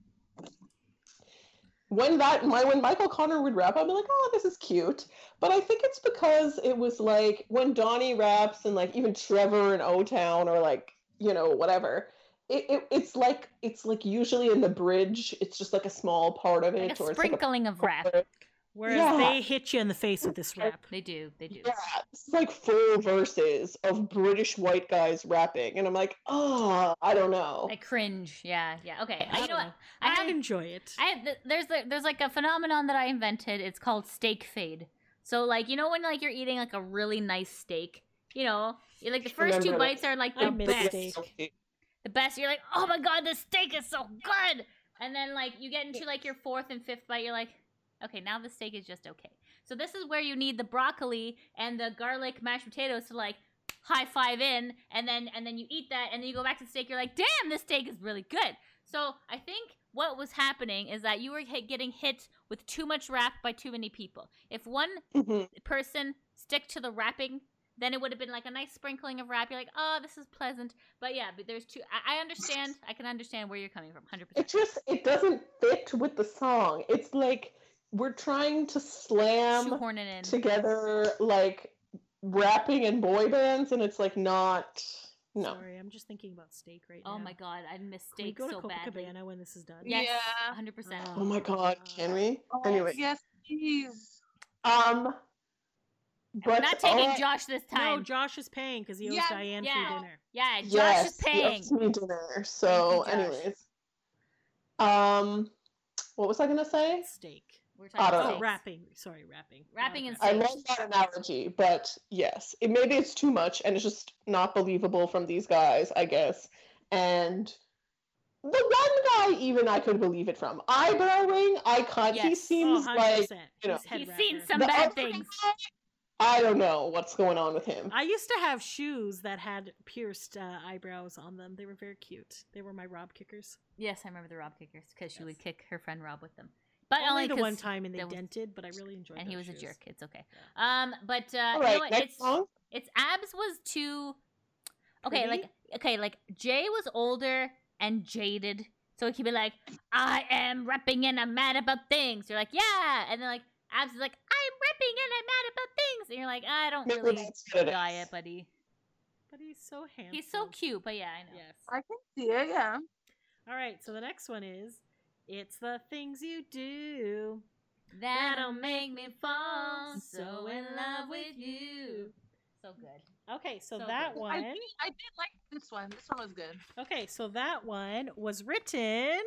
S1: when that my when Michael Connor would rap, I'd be like, oh, this is cute. But I think it's because it was like when Donnie raps and like even Trevor and O Town or like you know whatever. It, it, it's like it's like usually in the bridge. It's just like a small part of it,
S4: like a
S1: or it's like a
S4: sprinkling of rap.
S1: part of it.
S2: Whereas
S1: Yeah.
S2: they hit you in the face with this rap.
S4: They do. They do.
S1: Yeah, this is like full verses of British white guys rapping, and I'm like, oh, I don't know.
S4: I cringe. Yeah, yeah. Okay.
S2: I
S4: you
S2: don't
S4: know what?
S2: know.
S4: I
S2: I,
S4: had,
S2: enjoy it.
S4: I had, th- there's like there's like a phenomenon that I invented. It's called steak fade. So like you know when like you're eating like a really nice steak, you know, you're like the first two
S1: Remember that.
S4: bites are like
S2: I
S4: the
S2: miss
S4: best.
S2: steak.
S4: The best. You're like, oh my god, this steak is so good. And then like you get into like your fourth and fifth bite, you're like, okay, now the steak is just okay. So this is where you need the broccoli and the garlic mashed potatoes to like high five in and then and then you eat that and then you go back to the steak you're like damn this steak is really good so i think what was happening is that you were hit, getting hit with too much rap by too many people if one
S1: Mhm.
S4: person stick to the wrapping, then it would have been like a nice sprinkling of wrap. You're like, oh, this is pleasant. But yeah, but there's two. I, I understand. I can understand where you're coming from, hundred
S1: It
S4: percent.
S1: just it doesn't fit with the song. It's like we're trying to slam
S4: Shoehorn it in.
S1: together like rapping and boy bands, and it's like not no.
S2: Sorry, I'm just thinking about steak right now.
S4: Oh my god, I missed
S2: Can we
S4: steak
S2: go to
S4: so badly.
S2: Copacabana when this is done?
S4: Yes,
S3: Yeah.
S4: hundred percent.
S1: Oh my god, can we?
S3: Oh,
S1: anyway,
S3: Yes, please.
S1: um,
S4: We're
S1: but
S4: not taking
S1: all-
S4: Josh this
S2: No,
S4: time.
S2: Josh is paying because he owes
S3: Yeah,
S2: Diane
S4: yeah.
S2: for dinner.
S4: yeah, Josh is
S1: yes, he
S4: paying.
S1: owes me dinner. So,
S4: Josh.
S1: anyways, um, what was I gonna say?
S2: Steak.
S4: We're
S1: I
S4: talking
S1: don't
S2: Oh,
S1: know.
S4: steaks.
S2: wrapping. Sorry, wrapping.
S4: Wrapping
S2: Not
S4: and
S1: I
S2: wrap.
S4: Same.
S1: love that analogy, but yes, it maybe it's too much and it's just not believable from these guys, I guess. And the one guy even I could believe it from. Eyebrow ring, I can't he
S4: Yes.
S1: seems
S2: Oh, 100%.
S1: like you know,
S2: He's head
S4: He's seen
S2: wrapper.
S4: some
S1: The
S4: bad
S1: other
S4: things.
S1: guy, I don't know what's going on with him.
S2: I used to have shoes that had pierced uh, eyebrows on them. They were very cute. They were my Rob kickers.
S4: Yes, I remember the Rob kickers because she would kick her friend Rob with them. But
S2: only
S4: only,
S2: the one
S4: 'cause-
S2: time, and they
S4: there was-
S2: dented. But I really enjoyed.
S4: and he was
S2: those
S4: a
S2: shoes.
S4: jerk. It's okay. Um, but uh,
S1: All
S4: you know
S1: right,
S4: what?
S1: next
S4: it's
S1: song.
S4: its abs was too. Okay,
S2: Pretty?
S4: like okay, like Jay was older and jaded, so he could be like, "I am repping and I'm mad about things." You're like, "Yeah," and then like abs is like, "I'm repping and I'm mad about things," and you're like, "I don't
S1: Maybe
S4: really
S1: that's what it is.
S4: buy it, buddy."
S2: But he's so handsome.
S4: He's so cute, but yeah, I know.
S2: Yes.
S3: I can see it. Yeah.
S2: All right. So the next one is, it's the things you do.
S4: That'll make me fall so in love with you. Mm-hmm. So good.
S2: Okay, so,
S4: So
S2: that
S4: good.
S3: I,
S2: one.
S3: did, I did like this one. This one was good.
S2: Okay, so that one was written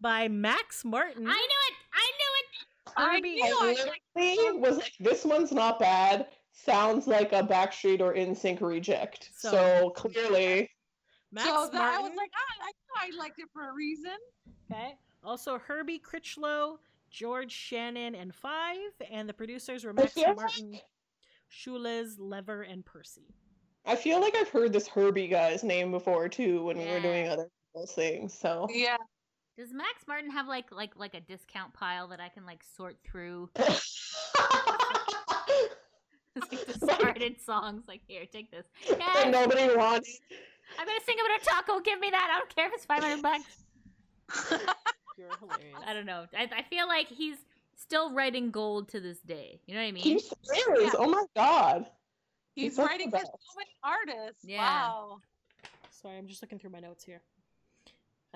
S2: by Max Martin.
S4: I knew it. I knew it.
S3: I
S2: Kirby-
S3: knew
S1: I
S3: I liked
S1: literally was like, this one's not bad. Sounds like a Backstreet or InSync reject.
S2: So-
S1: So, clearly,
S2: Max
S3: so
S2: Martin.
S3: that I was like, ah, I knew I liked it for a reason.
S2: okay. Also Herbie Critchlow, George Shannon, and Five, and the producers were
S1: I
S2: Max
S1: feel
S2: Martin, Shula's Lever, and Percy.
S1: I feel like I've heard this Herbie guy's name before too when we were doing
S4: Yeah.
S1: other people's things. So
S3: Yeah.
S4: Does Max Martin have like like like a discount pile that I can like sort through like discarded songs? Like here, take this.
S1: that
S4: Yes,
S1: nobody wants.
S4: I'm gonna sing about a taco. Give me that. I don't care if it's 500 bucks.
S2: You're hilarious.
S4: I don't know. I, I feel like he's still writing gold to this day. You know what I mean?
S1: He swears.
S3: Yeah.
S1: Oh my god.
S3: He's
S1: That's the
S3: writing for so
S1: best.
S3: many artists.
S4: Yeah.
S3: Wow.
S2: Sorry, I'm just looking through my notes here.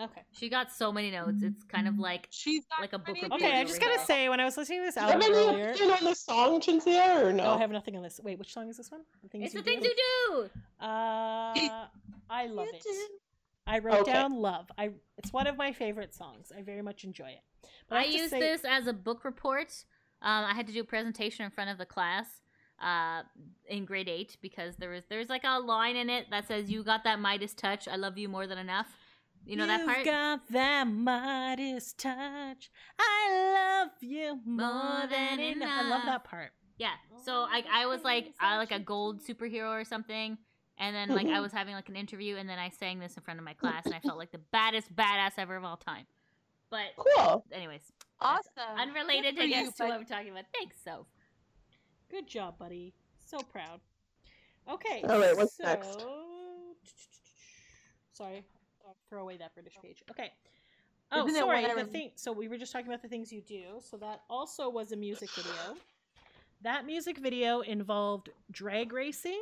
S2: Okay.
S4: she got so many notes. It's kind of like
S3: She's got
S4: Like a book
S3: many
S4: report.
S2: Okay, I
S4: Here
S2: just
S4: we
S2: gotta
S4: go.
S2: say when I was listening to this
S1: Do you have
S2: album
S1: any
S2: earlier.
S1: opinion on the song, Chinzia, or no?
S2: Oh, I have nothing on this. Wait, which song is this one? The things
S4: it's
S2: you
S4: the things
S2: do.
S4: you do.
S2: Uh, I love
S3: You
S2: it.
S3: do.
S2: I wrote
S1: Okay.
S2: down "Love." I it's one of my favorite songs. I very much enjoy it. But
S4: I,
S2: have to
S4: used
S2: say-
S4: this as a book report. Um, I had to do a presentation in front of the class uh, in grade eight because there was there's like a line in it that says, "You got that Midas touch. I love you more than enough." You know that
S2: You've
S4: part.
S2: Got that modest touch. I love you more than enough. I love that part.
S4: yeah. So I I was like I like a gold superhero or something, and then like I was having like an interview, and then I sang this in front of my class, and I felt like the baddest badass ever of all time. But
S1: Cool.
S4: anyways,
S3: Awesome.
S4: unrelated
S3: Good
S4: Oh, I
S3: for
S4: guess
S3: you,
S4: to
S3: bud.
S4: what we're talking about. Thanks, so
S2: Good job, buddy. So proud. Okay.
S1: All right, what's
S2: so...
S1: next?
S2: Sorry, I'll throw away that British page. Okay. Oh,
S3: Isn't it
S2: sorry.
S3: whatever-
S2: The thing. So we were just talking about the things you do. So that also was a music video. That music video involved drag racing.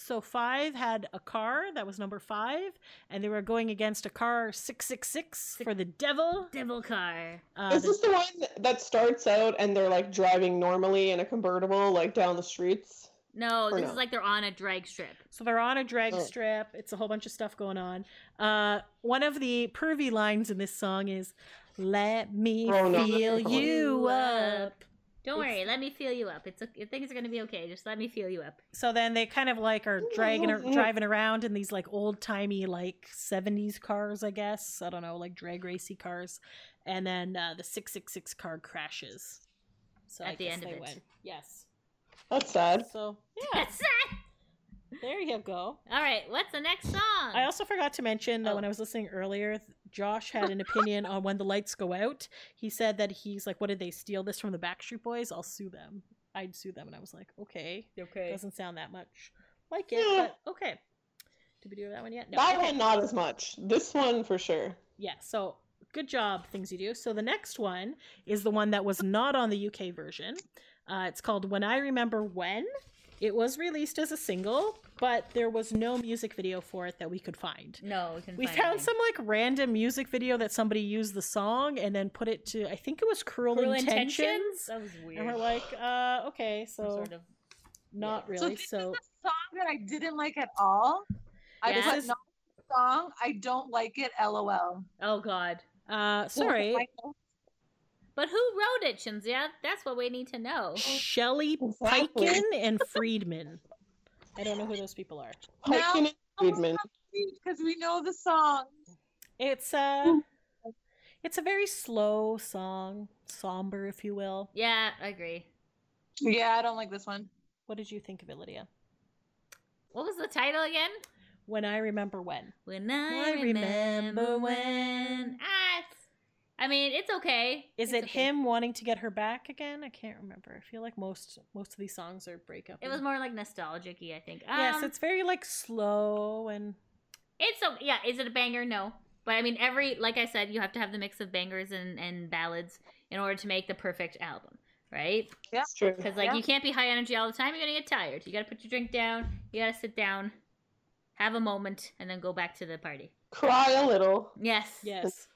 S2: So five had a car that was number five, and they were going against a car six six six for the devil.
S4: Devil Car.
S2: Uh,
S1: Is
S2: the-
S1: this the one that starts out and they're like driving normally in a convertible, like down the streets?
S4: No,
S1: Or
S4: this
S1: no.
S4: is like they're on a drag strip.
S2: So they're on a drag
S1: Oh.
S2: strip. It's a whole bunch of stuff going on. Uh, one of the pervy lines in this song is, "Let me
S1: Oh, no.
S2: feel you
S4: You
S2: up."
S4: Don't
S2: It's-
S4: worry, let me feel you up. It's okay. things are gonna be okay. Just let me feel you up.
S2: So then they kind of like are dragging or
S1: Mm.
S2: driving around in these like old timey like seventies cars, I guess. I don't know, like drag racy cars. And then uh, the six six six car crashes. So I
S4: At the
S2: guess
S4: end of
S2: they
S4: it.
S2: win. Yes.
S1: That's sad.
S2: So yeah,
S4: That's it.
S2: there you go.
S4: All right, what's the next song?
S1: Um,
S2: I also forgot to mention that
S4: Oh.
S2: when I was listening earlier, th- Josh had an opinion on when the lights go out. He said that he's like, "What did they steal this from the Backstreet Boys? I'll sue them. I'd sue them." And I was like, "Okay,
S4: okay.
S2: doesn't sound that much like it,
S1: Yeah.
S2: but okay." Did we do that one yet?
S1: that
S2: okay.
S1: one not as much. This one for sure.
S2: Yeah. So good job, things you do. So the next one is the one that was not on the UK version. Uh, it's called When I Remember When. It was released as a single, but there was no music video for it that we could find.
S4: No, we, can
S2: We
S4: find
S2: found
S4: it.
S2: some like random music video that somebody used the song and then put it to I think it was Cruel,
S4: Cruel
S2: Intentions.
S4: That was weird.
S2: And we're like, uh, okay,
S4: Some
S2: so
S4: sort of-
S2: not
S4: yeah.
S2: really.
S3: this
S2: So
S3: is a song that I didn't like at all. I
S4: Yeah.
S3: put
S2: This is-
S3: not a song. I don't like it. LOL.
S4: oh god.
S2: uh sorry.
S4: But who wrote it, Shinzia? That's what we need to know.
S2: Shelly
S1: Exactly.
S2: Pikin and Friedman. I don't know who those people are.
S3: Now-
S1: Hiking and Friedman.
S3: Because we know the song.
S2: It's uh it's a very slow song, somber if you will.
S4: Yeah, I agree.
S3: Yeah, I don't like this one.
S2: What did you think of it, Lydia?
S4: What was the title again?
S2: When I remember when.
S4: When
S2: I remember when.
S4: Ah, it's- I mean, it's okay.
S2: Is
S4: It's
S2: it
S4: okay.
S2: him wanting to get her back again? I can't remember. I feel like most most of these songs are breakup.
S4: It was more like nostalgic I think. Um,
S2: yes, it's very like slow and
S4: It's so yeah. Is it a banger? No, but I mean every like I said, you have to have the mix of bangers and and ballads in order to make the perfect album, right?
S1: It's true.
S4: Because like
S3: Yeah.
S4: you can't be high energy all the time. You're gonna get tired. You gotta put your drink down. You gotta sit down, have a moment, and then go back to the party.
S1: Cry a little.
S4: Yes.
S2: yes.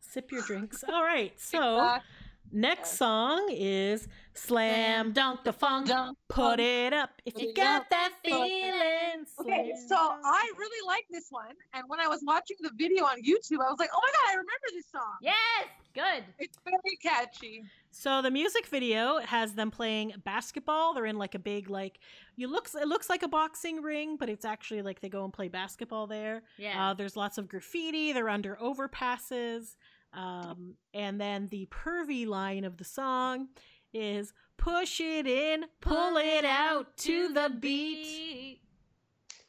S2: Sip your drinks. All right. So
S3: Back,
S2: next song is Slam Dunk the Funk.
S3: dunk.
S2: Put it up if you
S3: Put it
S2: got
S3: up,
S2: that
S4: put it up.
S2: feeling.
S3: Okay,
S2: Slam
S3: so
S2: dunk.
S3: I really like this one, and when I was watching the video on YouTube, I was like, "Oh my god, I remember this song!
S4: Yes. Good.
S3: It's very catchy."
S2: So the music video has them playing basketball. They're in like a big like you looks it looks like a boxing ring, but it's actually like they go and play basketball there.
S4: Yeah.
S2: Uh, there's lots of graffiti. They're under overpasses. Um, and then the pervy line of the song is push it in, pull it out to the beat.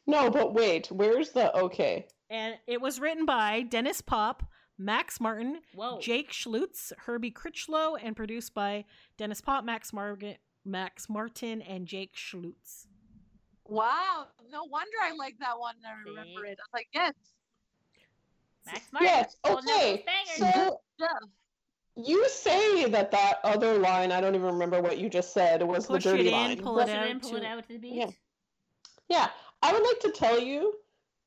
S1: No, but wait, where's the okay?
S2: And it was written by Dennis Pop, Max Martin,
S4: Whoa.
S2: Jake Schlutz, Herbie Critchlow, and produced by Dennis Pop, Max Marg- Max Martin, and Jake Schlutz.
S3: Wow, no wonder I like that one. And I remember
S4: See?
S3: it. I was like, "Yes,
S4: Max Martin.
S1: Yes,
S4: holding up
S1: okay,
S4: those bangers.
S1: So you say that that other line, I don't even remember what you just said, was
S2: Push
S1: the
S2: it
S1: dirty
S2: in,
S1: line.
S2: pull
S4: pull
S2: it
S4: it
S1: But-
S2: out
S4: in, pull it
S2: to-
S4: out to the beat.
S1: Yeah. Yeah, I would like to tell you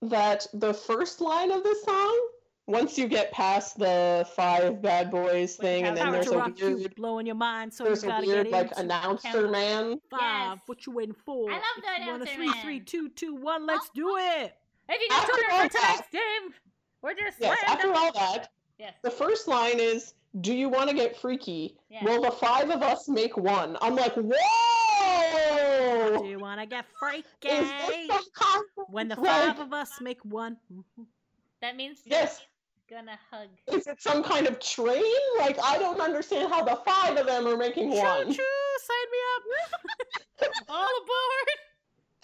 S1: that the first line of this song, once you get past the five bad boys thing, and then
S2: Power
S1: there's
S2: to
S1: a
S2: rock you,
S1: weird,
S2: blowing your mind, so you
S1: there's a
S2: gotta
S1: weird
S2: get
S1: like
S2: into
S1: announcer man.
S2: five.
S4: Yes.
S2: What you waiting for?
S4: I love
S2: If
S4: that
S2: you want a
S4: answer,
S2: three,
S4: man.
S2: three, two, two, one. Let's do it.
S4: If you got
S1: After
S4: two
S1: all
S4: hundred for
S1: that-
S4: tax, Dave, we're just
S1: Yes,
S4: slammed
S1: after
S4: up.
S1: all that,
S4: Yes.
S1: the first line is, "Do you want to get freaky?
S4: Yeah.
S1: Will the five of us make one?" I'm like, whoa!
S2: Do you wanna get
S1: Is
S2: freaky?
S1: this some kind of-
S2: When the
S1: Right.
S2: five of us make one. Mhm.
S4: That means
S1: Yes.
S4: you're gonna hug.
S1: Is it some kind of train? Like I don't understand how the five of them are making
S2: Choo choo! Sign
S1: one.
S2: me up. All aboard.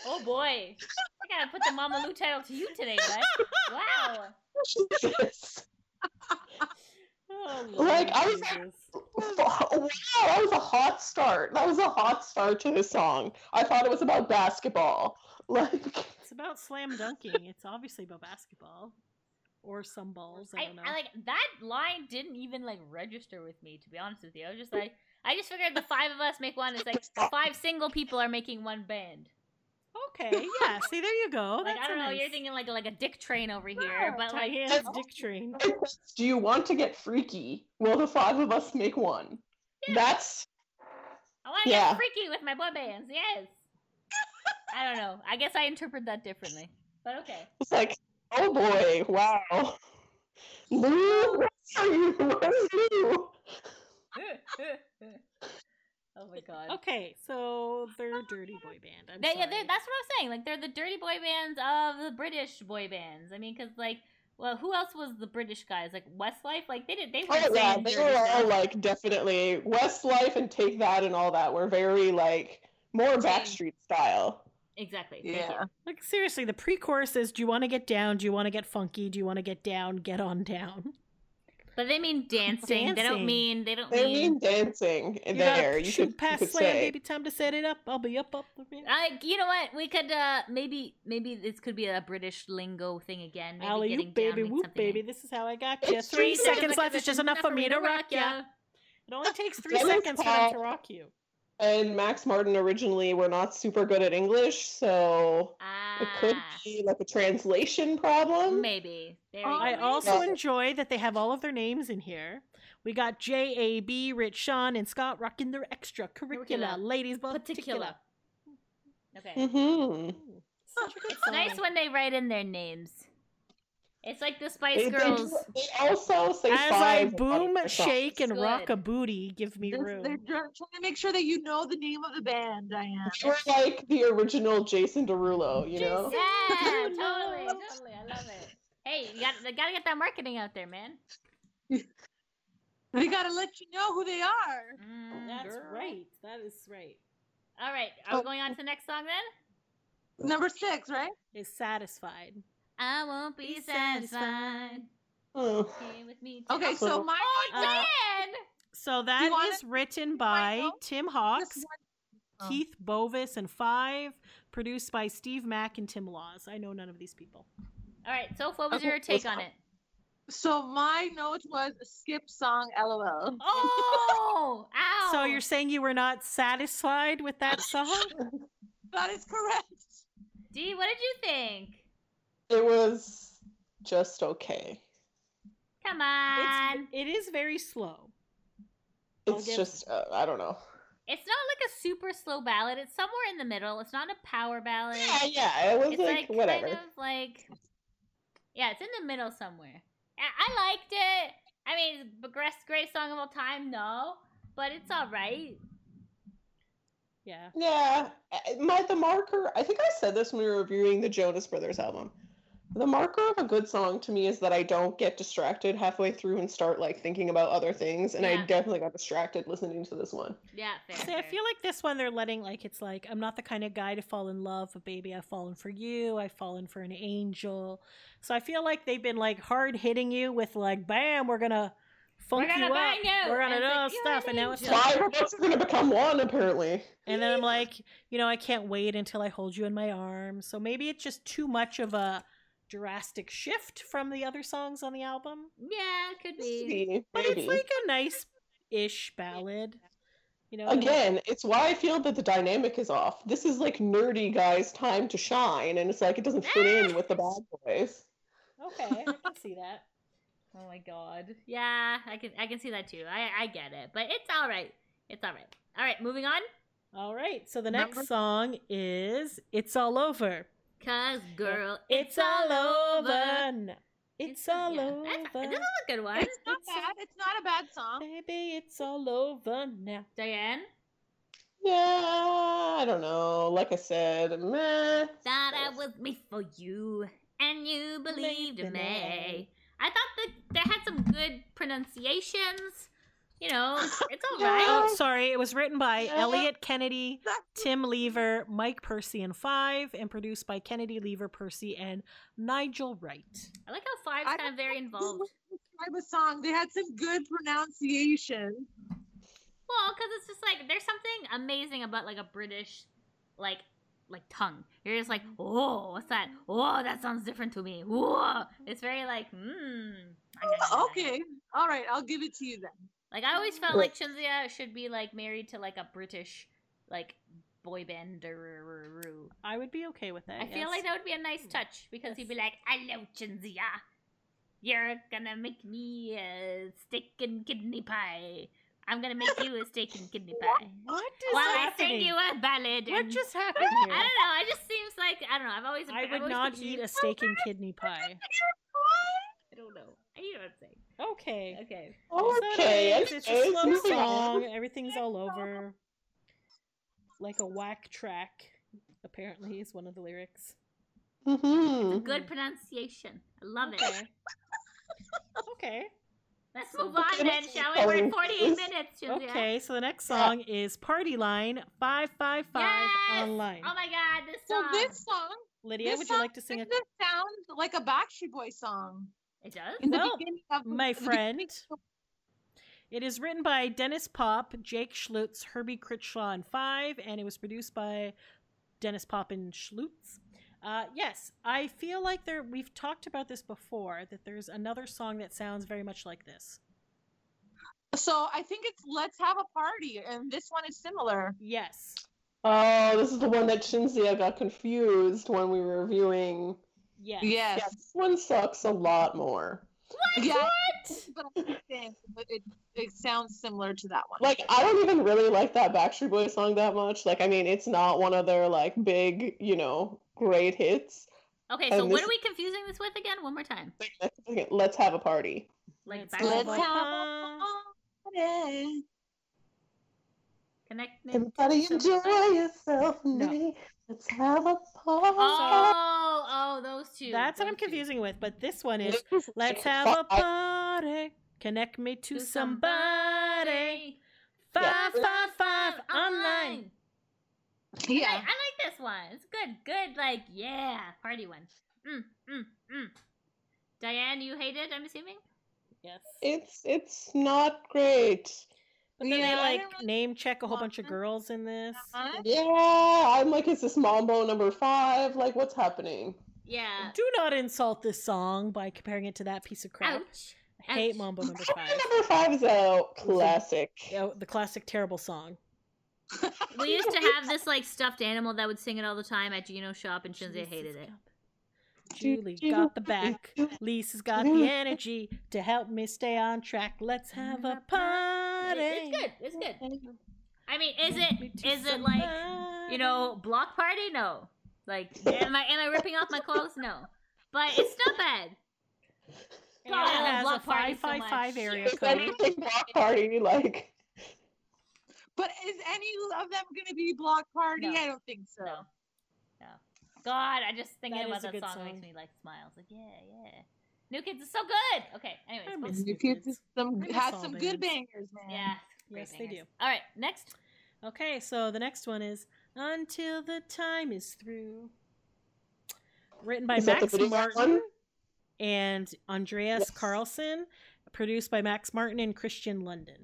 S4: Oh boy. I gotta put the Mama Lou title to you today, bud. Wow.
S1: Jesus.
S2: Oh,
S1: Like, I was-
S2: Jesus.
S1: Wow, that was a hot start. That was a hot start to this song. I thought it was about basketball. Like,
S2: It's about slam dunking. It's obviously about basketball or some balls. I
S4: I,
S2: don't know.
S4: I like that line didn't even like register with me to be honest with you. I was just like I just figured the five of us make one. It's like the five single people are making one band.
S2: okay, yeah. See, there you go.
S4: Like
S2: Oh, That's
S4: I don't
S2: a
S4: know,
S2: nice.
S4: you're thinking like like a dick train over here, but like
S2: Diane's
S1: Oh.
S2: dick train.
S1: it says, do you want to get freaky? Will the five of us make one? That's
S4: I want to
S1: Yeah.
S4: get freaky with my boy bands. Yes. I don't know. I guess I interpret that differently. But okay.
S1: it's like, oh boy, wow. Lou, where are you? Where's Lou?
S4: oh my god.
S2: Okay, so they're a dirty boy band. I'm
S4: They, yeah,
S2: sorry.
S4: they're, that's what I'm saying. Like they're the dirty boy bands of the British boy bands. I mean, because like, well, who else was the British guys? Like Westlife. Like they did. They were
S1: Oh yeah, they were all
S4: like,
S1: like definitely Westlife and Take That and all that were very like more Backstreet style.
S4: exactly. thank
S3: yeah."
S2: like seriously. The pre-chorus is: Do you want to get down? Do you want to get funky? Do you want to get down? Get on down.
S4: you. But they mean dancing. They
S2: Dancing.
S4: don't mean. They don't
S1: They
S4: mean.
S1: mean dancing
S2: You
S1: there.
S2: gotta
S1: You
S2: shoot
S1: could, you
S2: past
S1: could
S2: slam,
S1: say.
S2: baby. Time to set it up. I'll be up, up. up.
S4: Like you know what? We could uh maybe maybe this could be a British lingo thing again. Maybe
S2: Alley
S4: getting
S2: oop,
S4: down
S2: baby,
S4: means
S2: whoop,
S4: something
S2: baby.
S4: like-
S2: This is how I got you.
S1: It's
S2: Three
S1: just
S2: seconds
S4: like,
S2: left. It's
S4: this is
S2: just enough for me to rock ya.
S4: ya.
S2: It only takes three
S1: Dennis
S2: seconds for them
S1: Paul-
S2: to rock you.
S1: And Max Martin originally were not super good at English, so it could
S4: Ah,
S1: be like a translation problem.
S4: maybe. There
S3: Oh,
S4: you
S2: I
S4: go.
S2: also
S1: Yeah.
S2: enjoy that they have all of their names in here. We got J A B, Rich Sean, and Scott rocking their extracurricular
S4: Curricula.
S2: ladies particular.
S4: particular. Okay.
S1: hmm
S2: Ooh, Such a good
S4: It's nice
S2: song.
S4: when they write in their names. It's like the Spice
S1: They, they do-
S4: Girls.
S1: they also say
S2: As
S1: five.
S2: I
S1: in a lot of
S2: boom,
S1: their songs.
S2: shake, and
S4: It's
S2: rock
S4: good.
S2: a booty, give me
S3: This- they're
S2: room.
S3: dr- trying to make sure that you know the name of the band, Diane.
S1: They were like the original Jason Derulo, you know?
S4: Yeah,
S2: Jason
S4: totally,
S2: Derulo.
S4: totally. I love it. Hey, you got they gotta get that marketing out there, man.
S3: They gotta let you know who they are.
S4: Mm,
S2: That's
S4: girl.
S2: right. That is right.
S4: All right. Are we
S3: Oh.
S4: going on to the next song then?
S3: Number six, right?
S2: Is satisfied.
S4: I won't be,
S2: Be
S4: satisfied.
S2: satisfied.
S1: Oh.
S4: Stay with me.
S3: Okay,
S4: tonight.
S3: so my
S4: Oh,
S2: Uh,
S4: Dan!
S2: So that
S3: wanna-
S2: is written by
S3: go?
S2: Tim
S3: this
S2: Hawks,
S3: one- Oh.
S2: Keith Bovis, and Five, produced by Steve Mack and Tim Laws. I know none of these people.
S4: All right, so what was
S1: Okay,
S4: your
S1: let's
S4: take on
S1: go.
S4: it?
S3: So my note was skip song, lol.
S4: Oh, ow.
S2: So you're saying you were not satisfied with that song?
S3: That is correct.
S4: Dee, what did you think?
S1: It was just okay.
S4: Come on.
S2: It's, it is very slow. I'll
S1: It's
S2: give-
S1: just uh, I don't know.
S4: It's, not like a super slow ballad. It's somewhere in the middle. It's not a power ballad.
S1: Yeah, yeah. It was
S4: It's
S1: like,
S4: like,
S1: whatever.
S4: kind of like Yeah, it's in the middle somewhere. I, I liked it. I mean, it's the greatest greatest song of all time, no, but it's all right.
S2: Yeah.
S1: Yeah, I- my the marker. I think I said this when we were reviewing the Jonas Brothers album. The marker of a good song to me is that I don't get distracted halfway through and start like thinking about other things. And
S4: Yeah.
S1: I definitely got distracted listening to this one.
S4: Yeah, fair.
S2: See, I
S4: fair.
S2: feel like this one they're letting like it's like I'm not the kind of guy to fall in love, but baby, I've fallen for you. I've fallen for an angel. So I feel like they've been like hard hitting you with like, bam, we're gonna funk
S4: We're gonna
S2: you up.
S4: bang you.
S2: We're gonna
S4: And
S2: do
S4: it's
S2: all
S4: like,
S2: this
S4: "You're
S2: stuff,
S4: an
S2: and now it's
S4: angel."
S2: like,
S1: Five of us are gonna become one, apparently.
S2: and then I'm like, you know, I can't wait until I hold you in my arms. So maybe it's just too much of a drastic shift from the other songs on the album.
S4: Yeah, it could be.
S1: Maybe.
S2: But
S1: maybe.
S2: it's like a nice ish ballad. You know, and, like,
S1: Again, it's why I feel that the dynamic is off. This is like nerdy guys' time to shine, and it's like it doesn't fit in with the bad boys.
S2: Okay, I can see that.
S4: Oh my god. Yeah, I can I can see that too. I I get it, but it's all right. It's all right. All right, moving on.
S2: All right, so the
S3: Number-
S2: next song is It's All Over.
S4: Cause girl,
S2: It's, all over. No, It's all
S4: yeah,
S2: over.
S4: that's- This is a good one.
S3: It's not bad. It's not a bad song.
S2: Baby, it's all over now.
S4: Diane.
S1: Yeah, I don't know. Like I said, meh.
S4: Thought I was made for you, and you believed in me. I thought that they had some good pronunciations. You know, it's all
S1: Yeah.
S4: right.
S2: Oh, sorry, it was written by
S1: Yeah.
S2: Elliot Kennedy,
S3: That-
S2: Tim Lever, Mike Percy, and Five, and produced by Kennedy, Lever, Percy, and Nigel Wright.
S4: I like how Five's
S3: I
S4: kind of very involved.
S3: Describe a song. They had some good pronunciation.
S4: Well, because it's just like there's something amazing about like a British, like like tongue. You're just like, oh, what's that? Oh, that sounds different to me. Whoa, it's very like, hmm. I gotta do that.
S3: Okay, all right, I'll give it to you then.
S4: Like I always felt
S1: Cool.
S4: like Shinzia should be like married to like a British, like boy band.
S2: I would be okay with that.
S4: I feel
S2: yes.
S4: like that would be a nice touch because he'd be like, "Hello, Chinzia, ah. you're gonna make me a steak and kidney pie. I'm gonna make you a steak and kidney pie."
S2: What is
S4: While I
S2: happening?
S4: sing you a ballad.
S2: what
S4: and-
S2: just happened
S4: I don't
S2: here?
S4: know. It just seems like I don't know. I've always
S2: I
S4: I've
S2: would
S4: always
S2: not
S4: confused-
S2: eat a steak and kidney pie.
S4: I don't know. I you know what I'm saying.
S2: Okay.
S4: Okay.
S1: Okay,
S2: So it is, it's a slow
S1: anyways, moving
S2: song.
S1: on.
S2: Everything's all over. Like a whack track, apparently, is one of the lyrics.
S1: Mhm.
S4: Good pronunciation. I love it.
S2: Mm-hmm. Okay. okay.
S4: Let's move on then, shall we?
S1: Oh,
S4: We're at 48
S1: yes.
S4: minutes, Chinzia.
S2: Okay, so the next song is Party Line 555
S4: Yes!
S2: Online.
S4: Oh my god, this
S3: So
S4: song.
S3: this song,
S2: Lydia,
S3: this
S2: would you
S3: song
S2: like to sing a.
S3: doesn't it sound like a Backstreet Boy song
S4: It does?
S3: in the
S2: Well,
S3: beginning of
S2: My
S3: the beginning
S2: friend.
S3: of-
S2: It is written by Dennis Pop, Jake Schlutz, Herbie Critchlaw, and Five, and it was produced by Dennis Pop and Schlutz. Uh, yes, I feel like there. We've talked about this before. That there's another song that sounds very much like this.
S3: So I think it's "Let's Have a Party," and this one is similar.
S2: Yes.
S1: Oh, this is the one that Shinzia got confused when we were reviewing.
S2: Yes.
S1: Yeah,
S3: Yes.
S1: this one sucks a lot more.
S3: Yeah. But I understand. But it it sounds similar to that one.
S1: Like, I don't even really like that Backstreet Boys song that much. Like, I mean, it's not one of their like big, you know, great hits.
S4: Okay, so
S1: And
S4: what
S1: this-
S4: are we confusing this with again? One more time.
S1: Like, let's- Let's have a party.
S4: Like,
S2: Let's
S4: back
S2: go.
S4: and
S3: Let's
S4: forth.
S2: Like,
S3: have
S2: uh,
S3: a party.
S4: Connect me.
S1: Everybody
S4: to
S1: enjoy
S4: somebody.
S1: yourself,
S2: No.
S1: Nitty. Let's have a party.
S4: Oh, oh, those two.
S2: That's what I'm
S4: those two.
S2: confusing with. But this one is
S1: This is
S2: Let's
S1: like
S2: have a
S1: five-
S2: party. Connect me to
S4: To
S2: somebody.
S4: somebody.
S2: Five five five online.
S4: I, I
S3: Yeah.
S4: like this one. It's good, good, like yeah, party one. Mm, mm, mm. Diane, you hate it, I'm assuming.
S2: Yes.
S1: It's it's not great.
S2: But then
S3: Yeah, I
S2: they like
S3: don't really-
S2: name check a whole bunch of
S3: want-
S2: girls in this.
S4: Uh-huh.
S3: Huh?
S1: Yeah, I'm like, is this Mambo number five? Like, what's happening?
S4: Yeah. Oh,
S2: Do not insult this song by comparing it to that piece of crap.
S4: Ouch.
S2: I hate
S4: ouch.
S2: Mambo number five.
S1: number five is out. Classic.
S2: Yeah, oh, the classic terrible song.
S4: We used to have this like stuffed animal that would sing it all the time at Gino shop, and Shinzei hated
S2: Jesus
S4: it.
S2: God. Julie got the back. Lisa's got the energy to help me stay on track. Let's have a party.
S4: It's good. It's good. I mean, is
S2: Me
S4: it
S2: to
S4: is it like
S2: somebody.
S4: you know block party? No. Like, am I am I ripping off my clothes? No. But it's not bad.
S2: It
S4: And I love
S2: has a
S4: block party so much.
S2: 555 area
S1: If
S2: code.
S1: anything, block party, like,
S3: But is any of them going to be block party?
S4: No.
S3: I don't think so.
S4: No. No. God, I just thinking
S2: That
S4: about
S2: is a
S4: that
S2: good
S4: song,
S2: song.
S4: makes me like smile. It's like, yeah, yeah. New Kids is so good. Okay.
S2: I
S4: Anyways,
S2: miss
S4: well,
S3: New
S2: New
S3: Kids
S2: Kids.
S3: is some
S2: I
S3: has
S2: miss all
S3: some good
S2: bands.
S3: bangers, man.
S4: yeah. great
S2: Yes, they
S4: bangers.
S2: do.
S4: All right, next.
S2: Okay, so the next one is Until the Time is Through. Written by
S1: Is that the
S2: Max
S1: video
S2: Martin
S1: one?
S2: and Andreas
S1: Yes.
S2: Carlson, produced by Max Martin and Christian London.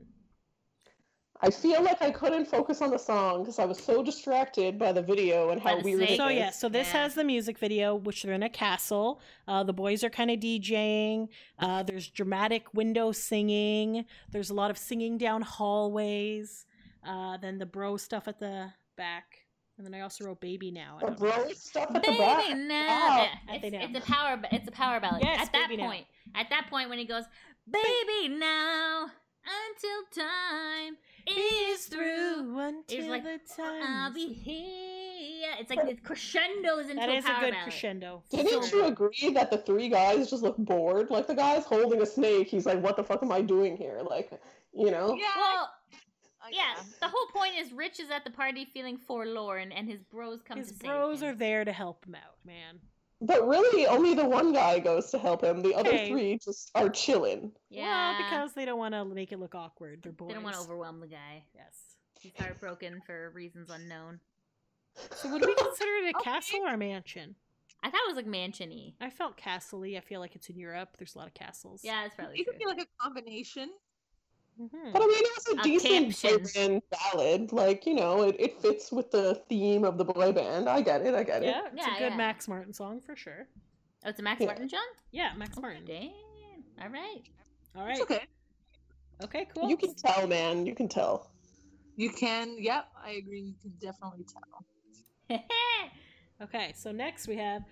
S1: I feel like I couldn't focus on the song because I was so distracted by the video and
S4: By
S1: how
S4: the
S1: weird
S4: snake.
S1: it
S2: So
S1: is.
S2: yeah, so this
S4: Yeah.
S2: has the music video, which they're in a castle. Uh, the boys are kind of DJing. Uh, there's dramatic window singing. There's a lot of singing down hallways. Uh, then the bro stuff at the back, and then I also wrote "Baby Now." I
S1: The
S2: don't know.
S1: bro stuff at the
S4: Baby
S1: back. Wow.
S4: now.
S2: At the
S4: It's,
S2: now.
S4: it's a power ba- it's a power ballad.
S2: Yes,
S4: at that
S2: Baby Now.
S4: point. At that point when he goes, Baby now until time is through.
S2: until
S4: like,
S2: the
S4: I'll be
S2: is-
S4: here. It's like it crescendos into
S2: That
S4: a
S2: is a
S4: power
S2: good
S4: ballad.
S2: crescendo.
S1: Didn't you agree that the three guys just look bored? Like the guy's holding a snake. He's like, "What the fuck am I doing here?" Like, you know.
S3: Yeah.
S4: Well,
S2: Oh,
S3: I-
S4: yeah. The whole point is Rich is at the party feeling forlorn, and his bros come
S2: His
S4: to
S2: bros
S4: save
S2: are
S4: him.
S2: there to help him out, man.
S1: But really, only the one guy goes to help him. The other
S2: Okay.
S1: three just are chilling.
S4: Yeah,
S2: Well, because they don't want to make it look awkward. They're boys.
S4: they don't want to overwhelm the guy.
S2: Yes.
S4: He's heartbroken for reasons unknown.
S2: So would we consider it a
S3: Okay.
S2: castle or a mansion?
S4: I thought it was like mansiony.
S2: I felt castle-y. I feel like it's in Europe. There's a lot of castles.
S4: Yeah, that's probably
S3: It
S4: true.
S3: could be like a combination.
S2: Mhm.
S1: But I mean, it was a
S4: A
S1: decent boy
S4: caption.
S1: band ballad. Like, you know, it, it fits with the theme of the boy band. I get it. I get
S2: Yeah,
S1: it.
S2: it's
S4: Yeah,
S2: a good
S4: yeah.
S2: Max Martin song for sure.
S4: Oh, it's a Max
S1: Yeah.
S4: Martin John?
S2: Yeah, Max
S4: Oh,
S2: Martin.
S4: Damn. All right.
S2: All
S3: It's
S2: right.
S3: okay.
S2: Okay, cool.
S1: You can tell, man. You can tell.
S3: You can. Yep, I agree. You can definitely tell.
S2: Okay, so next we have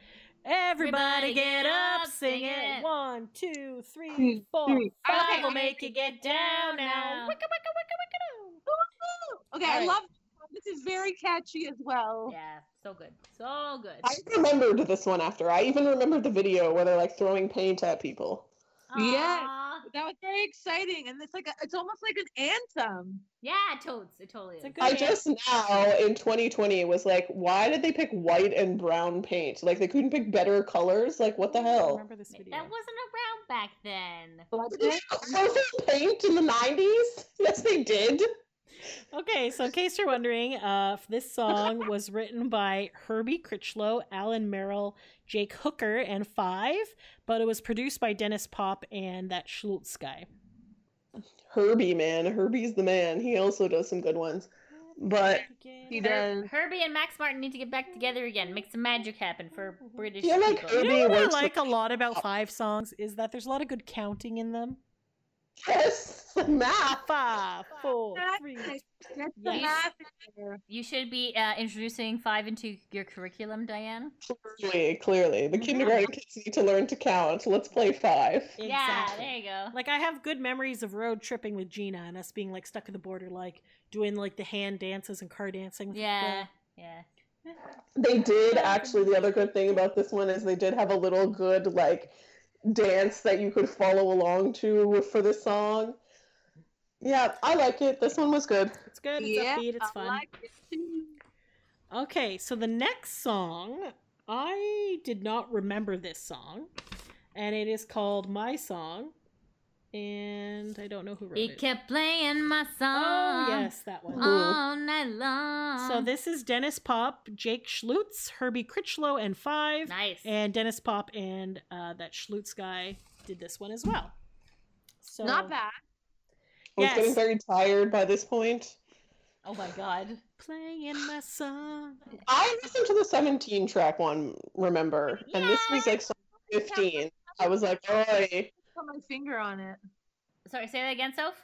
S2: Everybody get up, sing it. One, two, three,
S3: Two,
S2: four,
S3: three.
S2: five.
S3: Okay.
S2: We'll make you get down now. Wicka, wicka,
S3: Woo! Okay,
S2: All
S3: I
S2: right.
S3: love this one. this. is very catchy as well.
S4: yeah, so good. So good.
S1: I remembered this one after. I even remembered the video where they're like throwing paint at people.
S3: Yes.
S4: Aw.
S3: That was very exciting, and it's like a, it's almost like an anthem.
S4: Yeah, totes. It totally is.
S2: It's a good-
S1: I
S2: Yeah.
S1: just now in 2020 was like, why did they pick white and brown paint? Like, they couldn't pick better colors. Like, what the
S2: wicka, wicka.
S1: hell?
S2: Remember this video?
S4: That wasn't around back then.
S3: But
S1: Did they colorful paint in the 90s? Yes, they did.
S2: Okay, so in case you're wondering, uh, this song was written by Herbie Critchlow, Alan Merrill, Jake Hooker, and Five, but it was produced by Dennis Pop and that Schultz guy.
S1: Herbie, man. Herbie's the man. He also does some good ones. But
S3: He
S2: You
S4: Her-
S3: does.
S4: Herbie and Max Martin need to get back together again, make some magic happen for
S2: Mm-hmm.
S4: British
S1: Yeah, like
S4: people.
S1: Herbie-
S2: know what I
S1: works
S2: like a
S1: with-
S2: lot about Five songs is that there's a lot of good counting in them.
S1: yes, math.
S2: Five, four,
S3: Math.
S2: three.
S3: That's the
S2: Yes.
S3: math in there.
S4: You should be uh, introducing five into your curriculum, Diane.
S1: Clearly, clearly. The
S2: Mhm.
S1: kindergarten kids need to learn to count. Let's play five.
S4: Yeah,
S2: Exactly.
S4: there you go.
S2: Like I have good memories of road tripping with Gina and us being like stuck at the border, like doing like the hand dances and car dancing. with
S4: yeah, yeah.
S1: They did actually. The other good thing about this one is they did have a little good like dance that you could follow along to for the song. Yeah, I like it. This one was good.
S2: the- It's good. It's
S3: Yeah,
S2: upbeat. It's
S3: I
S2: fun.
S3: like it too.
S2: Okay, so the next song, I did not remember this song, and it is called My Song and I don't know who wrote
S4: He
S2: it.
S4: kept playing my
S2: oh
S4: song
S2: yes, that one.
S4: all night long.
S2: So this is Dennis Pop, Jake Schlutz, Herbie Critchlow, and Five,
S4: nice.
S2: and Dennis Pop and uh, that Schlutz guy did this one as well. So
S3: Not bad.
S1: I was getting
S2: Yes.
S1: very tired by this point.
S4: oh my god.
S2: playing my song.
S1: I listened to the 17 track one, remember, and this was like song 15. I was like, oi.
S3: Put my finger on it.
S4: Sorry, say that again, Soph.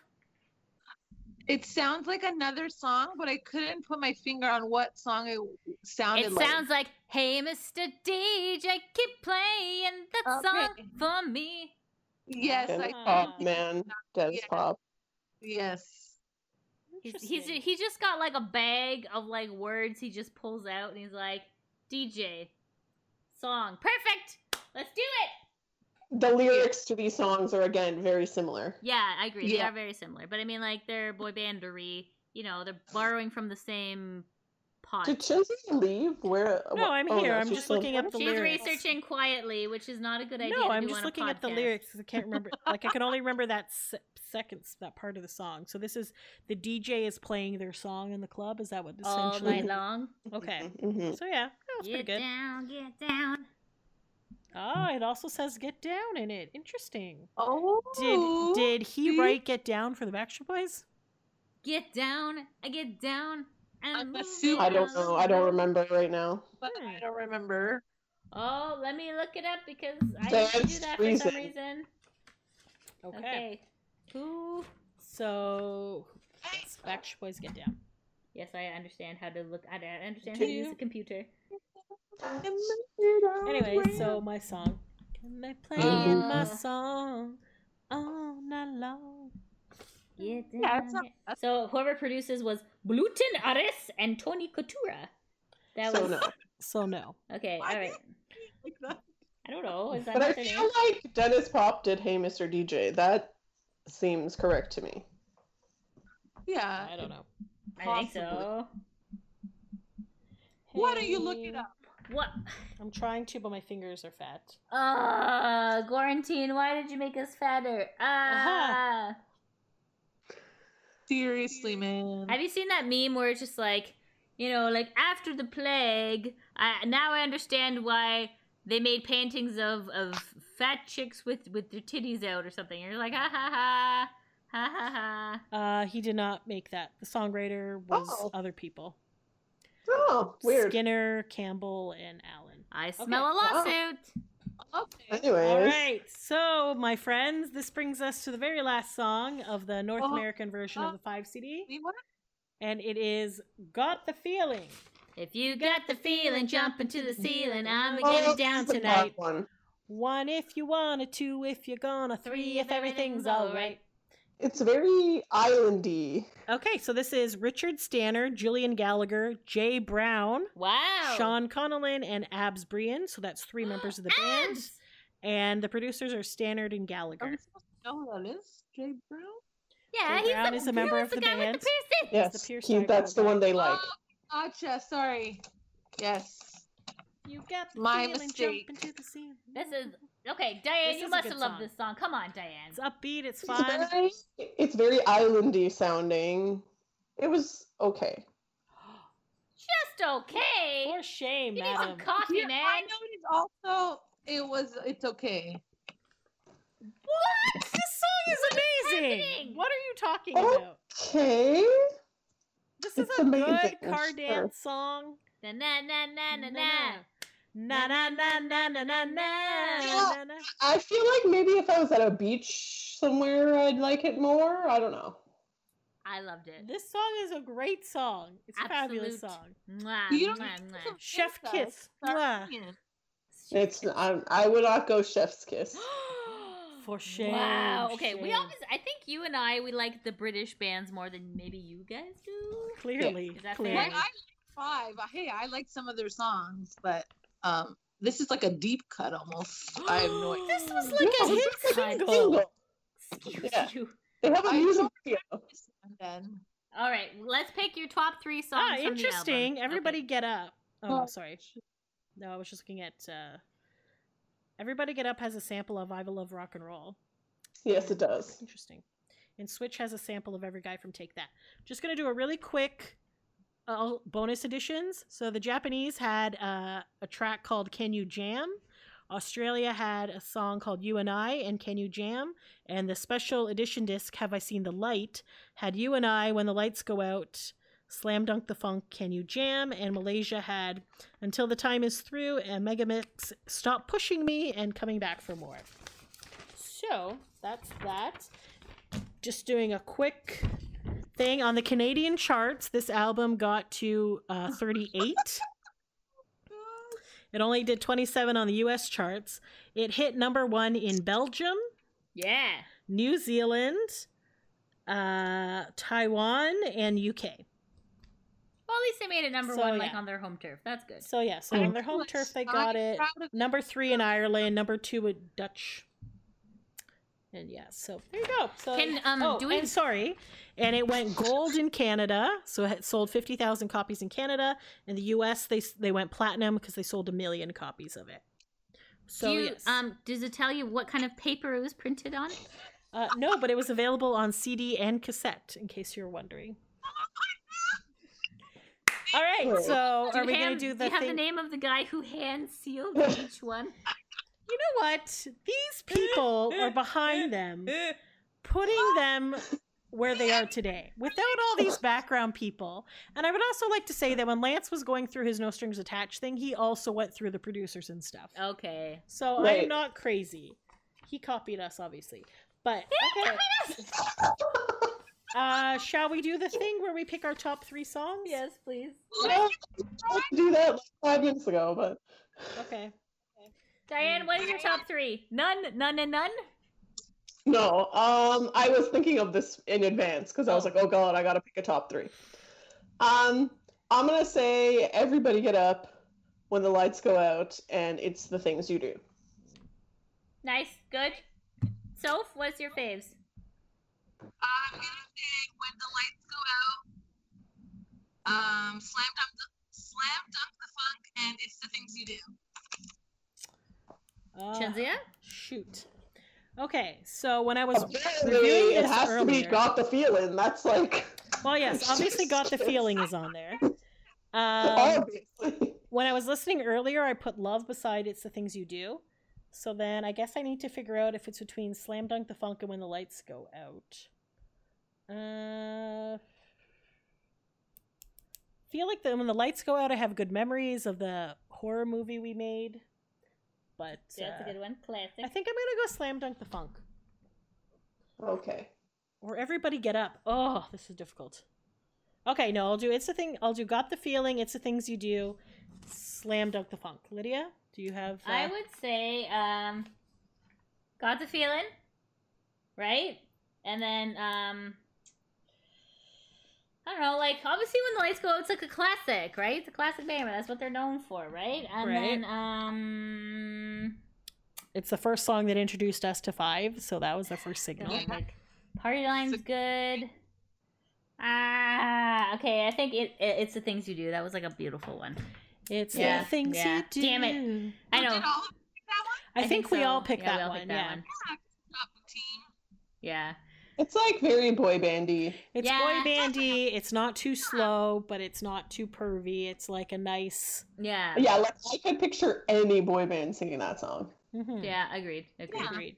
S3: It sounds like another song, but I couldn't put my finger on what song it sounded
S4: It
S3: like.
S4: sounds like, "Hey, Mr. DJ, keep playing that song
S3: Okay.
S4: for me."
S3: yes,
S1: Dennis
S3: I,
S1: Pop, man. Dennis
S3: Yeah.
S1: Pop.
S3: yes.
S4: He's, he's
S2: Interesting.
S4: he just got like a bag of like words he just pulls out and he's like, "DJ, song, perfect. Let's do it."
S1: The lyrics to these songs are, again, very similar.
S4: Yeah, I agree. They
S3: Yeah.
S4: are very similar, but I mean, like they're boy bandery. You know, they're borrowing from the same pot.
S1: Did Chizzy leave? Where?
S2: No, I'm
S1: oh,
S2: here. I'm
S1: she's
S2: just
S1: still-
S2: looking up the
S4: She's
S2: lyrics.
S4: researching quietly, which is not a good idea.
S2: No,
S4: to
S2: I'm
S4: do
S2: just
S4: on a
S2: looking at the
S4: podcast.
S2: lyrics. 'cause I can't remember. like I can only remember that se- seconds, that part of the song. So this is the DJ is playing their song in the club. Is that what
S4: all
S2: essentially?
S4: night long.
S2: Okay.
S1: Mhm.
S2: So yeah, that was pretty
S4: Get
S2: good.
S4: down, get down.
S2: Ah, it also says "Get Down" in it. Interesting.
S3: Oh,
S2: Did did he
S3: see?
S2: write "Get Down" for the Backstreet Boys?
S4: Get down, I get down. and
S3: I'm
S4: move
S3: assuming-
S4: it
S1: I don't know. I don't
S4: along.
S1: remember right now.
S3: but
S2: Hmm,
S3: I don't remember.
S4: Oh, let me look it up because I
S1: That's
S4: didn't do that for
S1: reason.
S4: some reason.
S2: Okay.
S4: Okay. Who?
S2: So yes, Backstreet Boys "Get Down."
S4: Yes, I understand how to look. I I understand how to use a computer.
S2: Anyway, so my song. Can I play
S4: Mhm.
S2: my song all night long?
S4: Get down.
S3: Yeah,
S2: Mm-hmm.
S3: it's not-
S4: get- So whoever produces was Gluten Aris and Tony Coutura. That
S1: So
S4: was
S1: no.
S2: So no.
S4: okay. All
S3: Why
S4: right. I don't know. Is that
S1: But I
S4: not their name?
S1: feel like Dennis Pop did Hey Mr. DJ. That seems correct to me.
S3: Yeah.
S2: I don't know.
S4: I think
S3: possibly.
S4: so.
S3: Why don't you look it
S2: Hey,
S3: up?
S4: What?
S2: I'm trying to, but my fingers are fat.
S4: Uh, Quarantine, why did you make us fatter? Ah.
S3: Seriously, man.
S4: Have you seen that meme where it's just like, you know, like after the plague, I now I understand why they made paintings of of fat chicks with with their titties out or something. You're like, ha ha ha, ha ha ha.
S2: Uh, he did not make that. The songwriter was
S1: Oh.
S2: other people.
S1: Oh, weird.
S2: Skinner, Campbell, and Allen.
S4: I smell a lawsuit.
S3: okay.
S1: Anyways,
S2: All right, so my friends, this brings us to the very last song of the North
S3: Oh.
S2: American version
S3: Oh.
S2: of the five CD,
S3: Anyone?
S2: and it is "Got the Feeling."
S4: If you got the feeling, jumping to the ceiling. I'm
S2: Oh,
S4: getting down
S1: this is the
S4: tonight.
S1: top One.
S2: One if you wanna, two if you're gonna, three if everything's all right.
S1: It's very islandy.
S2: Okay, so this is Richard Stanner, Julian Gallagher, Jay Brown,
S4: Wow.
S2: Sean Connellan, and Abs Brian. So that's three members of the band.
S4: Abs!
S2: And the producers are Stannard and
S3: Are we
S2: Gallagher.
S3: supposed to know who that is? Jay Brown?
S4: Yeah,
S2: Jay
S4: he's
S2: Brown
S4: the,
S2: is a member
S4: he's
S2: of the
S4: guy with
S2: band.
S4: the piercing.
S1: Yes,
S2: pierced
S1: Keith,
S2: eyebrow
S1: that's the
S2: guy.
S1: one they like.
S3: Oh, gotcha. Sorry. Yes.
S2: You got
S3: the My feeling, mistake.
S2: jump into the scene.
S4: This is okay, Diane.
S2: This is
S4: you
S2: a
S4: must
S2: good
S4: have loved
S2: song.
S4: this song. Come on, Diane.
S2: It's upbeat, it's
S1: It's
S2: fun.
S1: very, it's very islandy sounding. It was okay.
S4: Just okay.
S2: For shame,
S4: You need some
S2: madam.
S4: coffee,
S3: Yeah,
S4: man.
S3: I noticed also it was it's okay.
S2: What? This song is amazing.
S4: happening?
S2: What are you talking
S1: Oh.
S2: about?
S1: Okay.
S2: This is
S1: It's uh,
S2: a
S1: amazing,
S2: good car
S1: sure.
S2: dance song.
S4: Na na na na na na.
S2: Na na na na na na na na. na.
S1: I feel like maybe if I was at a beach somewhere, I'd like it more. I don't know.
S4: I loved it.
S2: This song is a great song. It's a fabulous
S4: Absolute.
S2: song.
S4: Mwah,
S3: You don't
S4: mwah,
S3: need
S4: mwah.
S3: some
S2: Chef
S3: insight.
S2: kiss.
S3: Sorry.
S1: It's I, I would not go chef's kiss.
S2: For shame.
S4: Wow. Okay. We
S2: shame.
S4: always. I think you and I we like the British bands more than maybe you guys do.
S2: Clearly.
S4: Is that
S2: clearly.
S4: fair?
S3: Like, I like five. Hey, I like some of their songs, but um this is like a deep cut almost. I have no idea.
S2: This was like
S1: No,
S2: a hit
S1: it's like a
S2: single.
S1: single.
S4: Excuse
S1: Yeah.
S4: you.
S1: Oh, They have a
S3: I
S1: music
S3: don't-
S1: video.
S3: This one then.
S4: All right. Let's pick your top three songs.
S2: Ah,
S4: from the album.
S2: interesting.
S4: Okay.
S2: Everybody get up. Oh,
S3: Oh.
S2: sorry. No, I was just looking at. Uh, Everybody get up has a sample of "I Love Rock and Roll."
S1: Yes, it does.
S2: Interesting. And Switch has a sample of every guy from Take That. Just gonna do a really quick uh, bonus editions. So the Japanese had uh, a track called "Can You Jam." Australia had a song called "You and I" and "Can You Jam." And the special edition disc "Have I Seen the Light" had "You and I" when the lights go out. Slam Dunk the Funk, Can You Jam? And Malaysia had Until the Time Is Through and Megamix Stop Pushing Me and Coming Back for More. So that's that. Just doing a quick thing on the Canadian charts. This album got to uh, 38. it only did 27 on the US charts. It hit number one in Belgium,
S4: Yeah.
S2: New Zealand, uh, Taiwan, and UK.
S4: Well, at least they made it number
S2: So,
S4: one, like
S2: yeah.
S4: on their home turf. That's good.
S2: So, yeah, so on their home turf, they got it. Number three in Ireland, number two with Dutch. And yeah, so there you go. So
S4: Can, um,
S2: oh,
S4: do we-
S2: and sorry, and it went gold in Canada, so it sold fifty thousand copies in Canada. In the U.S., they s- they went platinum because they sold a million copies of it. So
S4: Do you,
S2: yes,
S4: um, does it tell you what kind of paper it was printed on?
S2: uh, no, but it was available on CD and cassette, in case you're wondering. All right, so
S4: Do
S2: are
S4: you
S2: we
S4: have,
S2: going to do the
S4: you have
S2: thing?
S4: the name of the guy who hand sealed each one?
S2: you know what? These people are behind them. putting them where they are today without all these background people. And I would also like to say that when Lance was going through his no strings attached thing, he also went through the producers and stuff.
S4: Oh, Okay.
S2: So I'm
S1: Right.
S2: not crazy. He copied us, obviously. But okay. uh, shall we do the thing where we pick our top three songs?
S4: Yes, please.
S1: Well, I could do that like five minutes ago, but
S2: Okay.
S4: Diane, what are your top three? None, none, and none.
S1: no. Um, I was thinking of this in advance because I was
S4: Oh.
S1: like, oh god, I gotta pick a top three. Um, I'm gonna say everybody get up when the lights go out, and it's the things you do.
S4: Nice, good. Soph, what's your faves?
S3: I'm gonna say when the lights go out. Um, slam dunk, the, slam dunk the funk, and it's the things you do.
S2: Uh,
S4: Chinzia?
S2: shoot. Okay, so when I was
S1: Apparently,
S2: reviewing
S1: it
S2: this
S1: has to be
S2: earlier-
S1: got the feeling. That's like
S2: well, yes, obviously, got the feeling is on there.
S1: Oh,
S2: Um,
S1: obviously.
S2: when I was listening earlier, I put love beside it's the things you do. So then I guess I need to figure out if it's between slam dunk the funk and when the lights go out. Uh, feel like the, when the lights go out, I have good memories of the horror movie we made. But
S4: That's a
S2: uh,
S4: good one. Classic.
S2: I think I'm gonna go slam dunk the funk
S1: Okay.
S2: or everybody get up. Oh, this is difficult. Okay, no, I'll do it's the thing. I'll do got the feeling. It's the things you do. Slam dunk the funk. Lydia, do you have? uh,
S4: I would say um God's a feeling, right? And then um I don't know, like obviously when the lights go out, it's like a classic, right? It's a classic band, that's what they're known for, right? And
S2: Right.
S4: then um
S2: It's the first song that introduced us to five, so that was our first signal.
S4: then, like Party Line's good. Ah, okay. I think it, it it's the things you do. That was like a beautiful one.
S2: It's
S4: Yeah,
S2: the things
S4: yeah.
S2: you do.
S4: Damn it. I
S3: Who
S4: know.
S3: Did all of you pick that one?
S2: I, think, we
S4: so.
S2: all picked
S4: Yeah, we
S2: that,
S4: all
S2: one,
S4: picked
S2: yeah.
S3: Yeah, top team.
S4: Yeah.
S1: It's like very boy bandy.
S2: It's
S4: Yeah.
S2: boy bandy. It's not too slow, but it's not too pervy. It's like a nice.
S4: Yeah.
S1: Yeah,
S4: Yeah.
S1: like I could picture any boy band singing that song.
S3: Hmm.
S2: Mhm.
S4: Yeah. Agreed. Agreed.
S2: Agreed.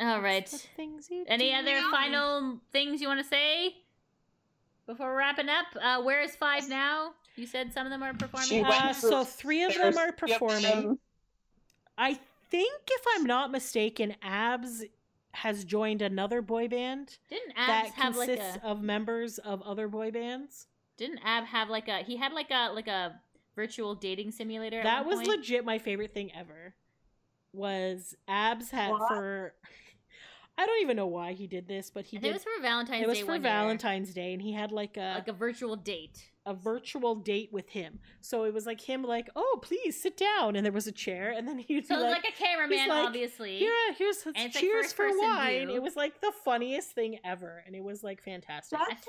S4: All
S2: It's
S4: right.
S2: the things you
S4: Any
S2: do.
S4: other
S3: Yeah.
S4: final things you want to say before wrapping up? Uh, where is Five now? You said some of them are
S1: She
S4: performing.
S1: went
S2: Uh, so three of them
S1: There's um,
S2: are
S1: three of
S2: performing.
S1: them.
S2: I think, if I'm not mistaken, Abs has joined another boy band
S4: Didn't Abs
S2: that
S4: have like
S2: consists
S4: a?
S2: of members of other boy bands.
S4: Didn't Ab have like a? He had like a like a virtual dating simulator. at
S2: That
S4: one
S2: was
S4: point?
S2: legit my favorite thing ever. Was Abs had
S1: What?
S2: for I don't even know why he did this, but he
S4: I think
S2: did.
S4: it was for Valentine's
S2: it was
S4: Day.
S2: for
S4: one year.
S2: Valentine's Day, and he had like a
S4: like a virtual date.
S2: a virtual date with him. So it was like him, like, oh, please sit down, and there was a chair, and then he'd
S4: So
S2: be
S4: it was
S2: like,
S4: like a cameraman,
S2: like,
S4: obviously.
S2: here, here's
S4: it's, like,
S2: cheers
S4: first
S2: for
S4: person
S2: wine.
S4: view.
S2: It was like the funniest thing ever, and it was like fantastic.
S4: That's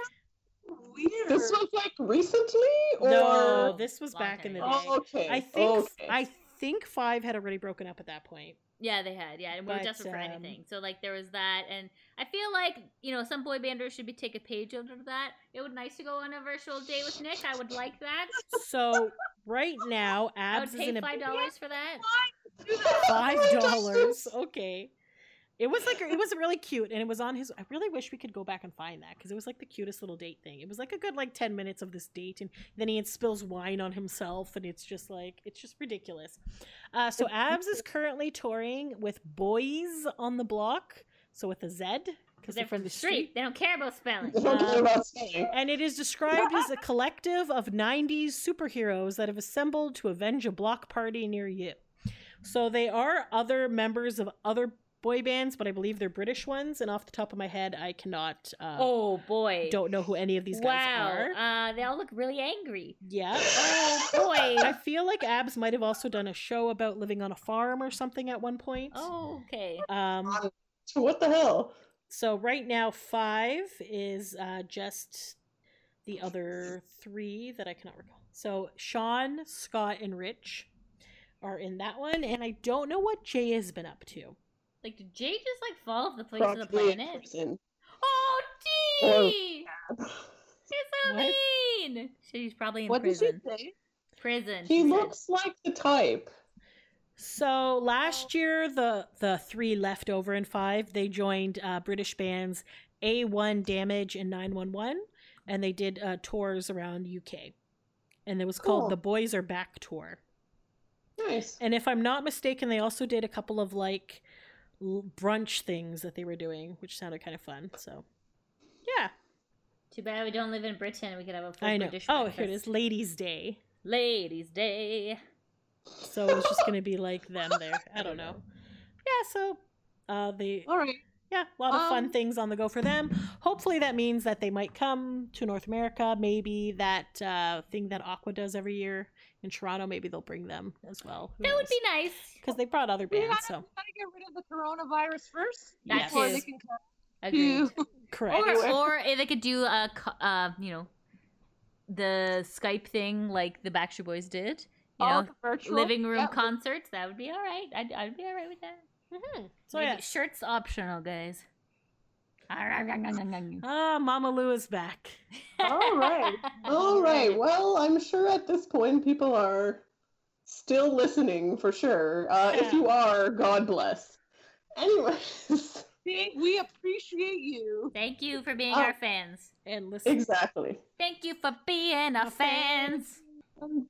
S3: weird.
S1: This was like recently, or
S2: No, this was
S4: Long
S2: back in the
S4: time
S2: day.
S4: ago.
S1: Oh, okay.
S2: I think
S1: okay.
S2: I think Five had already broken up at that point.
S4: Yeah, they had. Yeah, and we were
S2: But,
S4: desperate for
S2: um,
S4: anything. So like there was that, and I feel like you know some boy banders should be take a page out of that. It would nice to go on a virtual date with Nick. I would like that.
S2: So right now,
S4: I
S2: abs
S4: would
S2: is
S4: pay
S2: in a
S4: five dollars for that.
S3: Why do that?
S2: five
S1: Oh, that's so
S2: dollars. Okay. It was like it was really cute, and it was on his. I really wish we could go back and find that because it was like the cutest little date thing. It was like a good like ten minutes of this date, and then he spills wine on himself, and it's just like it's just ridiculous. Uh, so Abs is currently touring with Boys on the Block, so with a Z
S4: Because
S2: because
S4: they're from the street. They don't care about spelling. Uh,
S1: I don't care
S2: Um,
S1: about saying.
S2: and it is described as a collective of 90s superheroes that have assembled to avenge a block party near you. So they are other members of other boy bands, but I believe they're British ones. And off the top of my head, I cannot, uh,
S4: Oh boy.
S2: don't know who any of these guys
S4: wow.
S2: are.
S4: Uh, they all look really angry.
S2: yeah.
S4: Oh boy.
S2: I feel like Abs might have also done a show about living on a farm or something at one point.
S4: oh, okay.
S2: Um,
S1: What the hell?
S2: so right now, five is uh, just the other three that I cannot recall. So Sean, Scott, and Rich are in that one, and I don't know what Jay has been up to.
S4: Like did Jay just like fall off the face of the
S1: Probably in
S4: planet?
S1: prison.
S4: Oh,
S1: Or-
S4: gee. You're so
S2: What?
S4: mean. She's probably in
S3: What did she
S4: prison.
S3: say?
S4: Prison.
S1: He
S4: she said.
S1: looks like the type.
S2: So last year, the the three left over in five they joined uh, British bands A1 Damage and 911, and they did uh, tours around UK, and it was
S1: Cool.
S2: called the Boys Are Back tour.
S1: Nice.
S2: And if I'm not mistaken, they also did a couple of like l- brunch things that they were doing, which sounded kind of fun. So, yeah,
S4: Too bad we don't live in Britain. We could have a full
S2: I know.
S4: British
S2: Oh, here it
S4: breakfast.
S2: is, Ladies' Day.
S4: Ladies' Day.
S2: So it was just gonna be like them there. I don't know. Yeah. So, uh, the
S3: All right.
S2: yeah, a lot of fun
S3: Um,
S2: things on the go for them. Hopefully, that means that they might come to North America. Maybe that uh, thing that Aqua does every year in Toronto. Maybe they'll bring them as well.
S4: That would be nice.
S2: because they brought other
S3: We gotta,
S2: bands. So
S3: we gotta get rid of the coronavirus first
S4: That
S3: before
S4: is
S3: they can come
S4: Agreed.
S3: to
S2: correct.
S4: Or,
S1: Right.
S4: or eh, they could do a, co- uh, you know, the Skype thing like the Backstreet Boys did. You
S3: all
S4: know,
S3: the virtual
S4: living room
S3: Oh, Yeah,
S4: concerts. That would be all right. I'd, I'd be all right with that.
S2: Mhm. So
S4: Maybe
S2: yeah.
S4: Shirts optional, guys.
S2: Ah, Mama Lou is back.
S1: All right. All right. Well, I'm sure at this point people are still listening for sure. Uh, If
S2: Yeah.
S1: you are, God bless. Anyways,
S3: See, we appreciate you.
S4: Thank you for being
S1: Oh.
S4: our fans.
S2: And listen,
S1: exactly.
S4: Thank you for being our
S2: Our
S4: fans.
S2: fans.
S1: Um,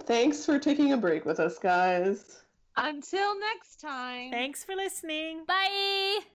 S1: thanks for taking a break with us, guys.
S3: Until next time.
S2: thanks for listening.
S4: Bye.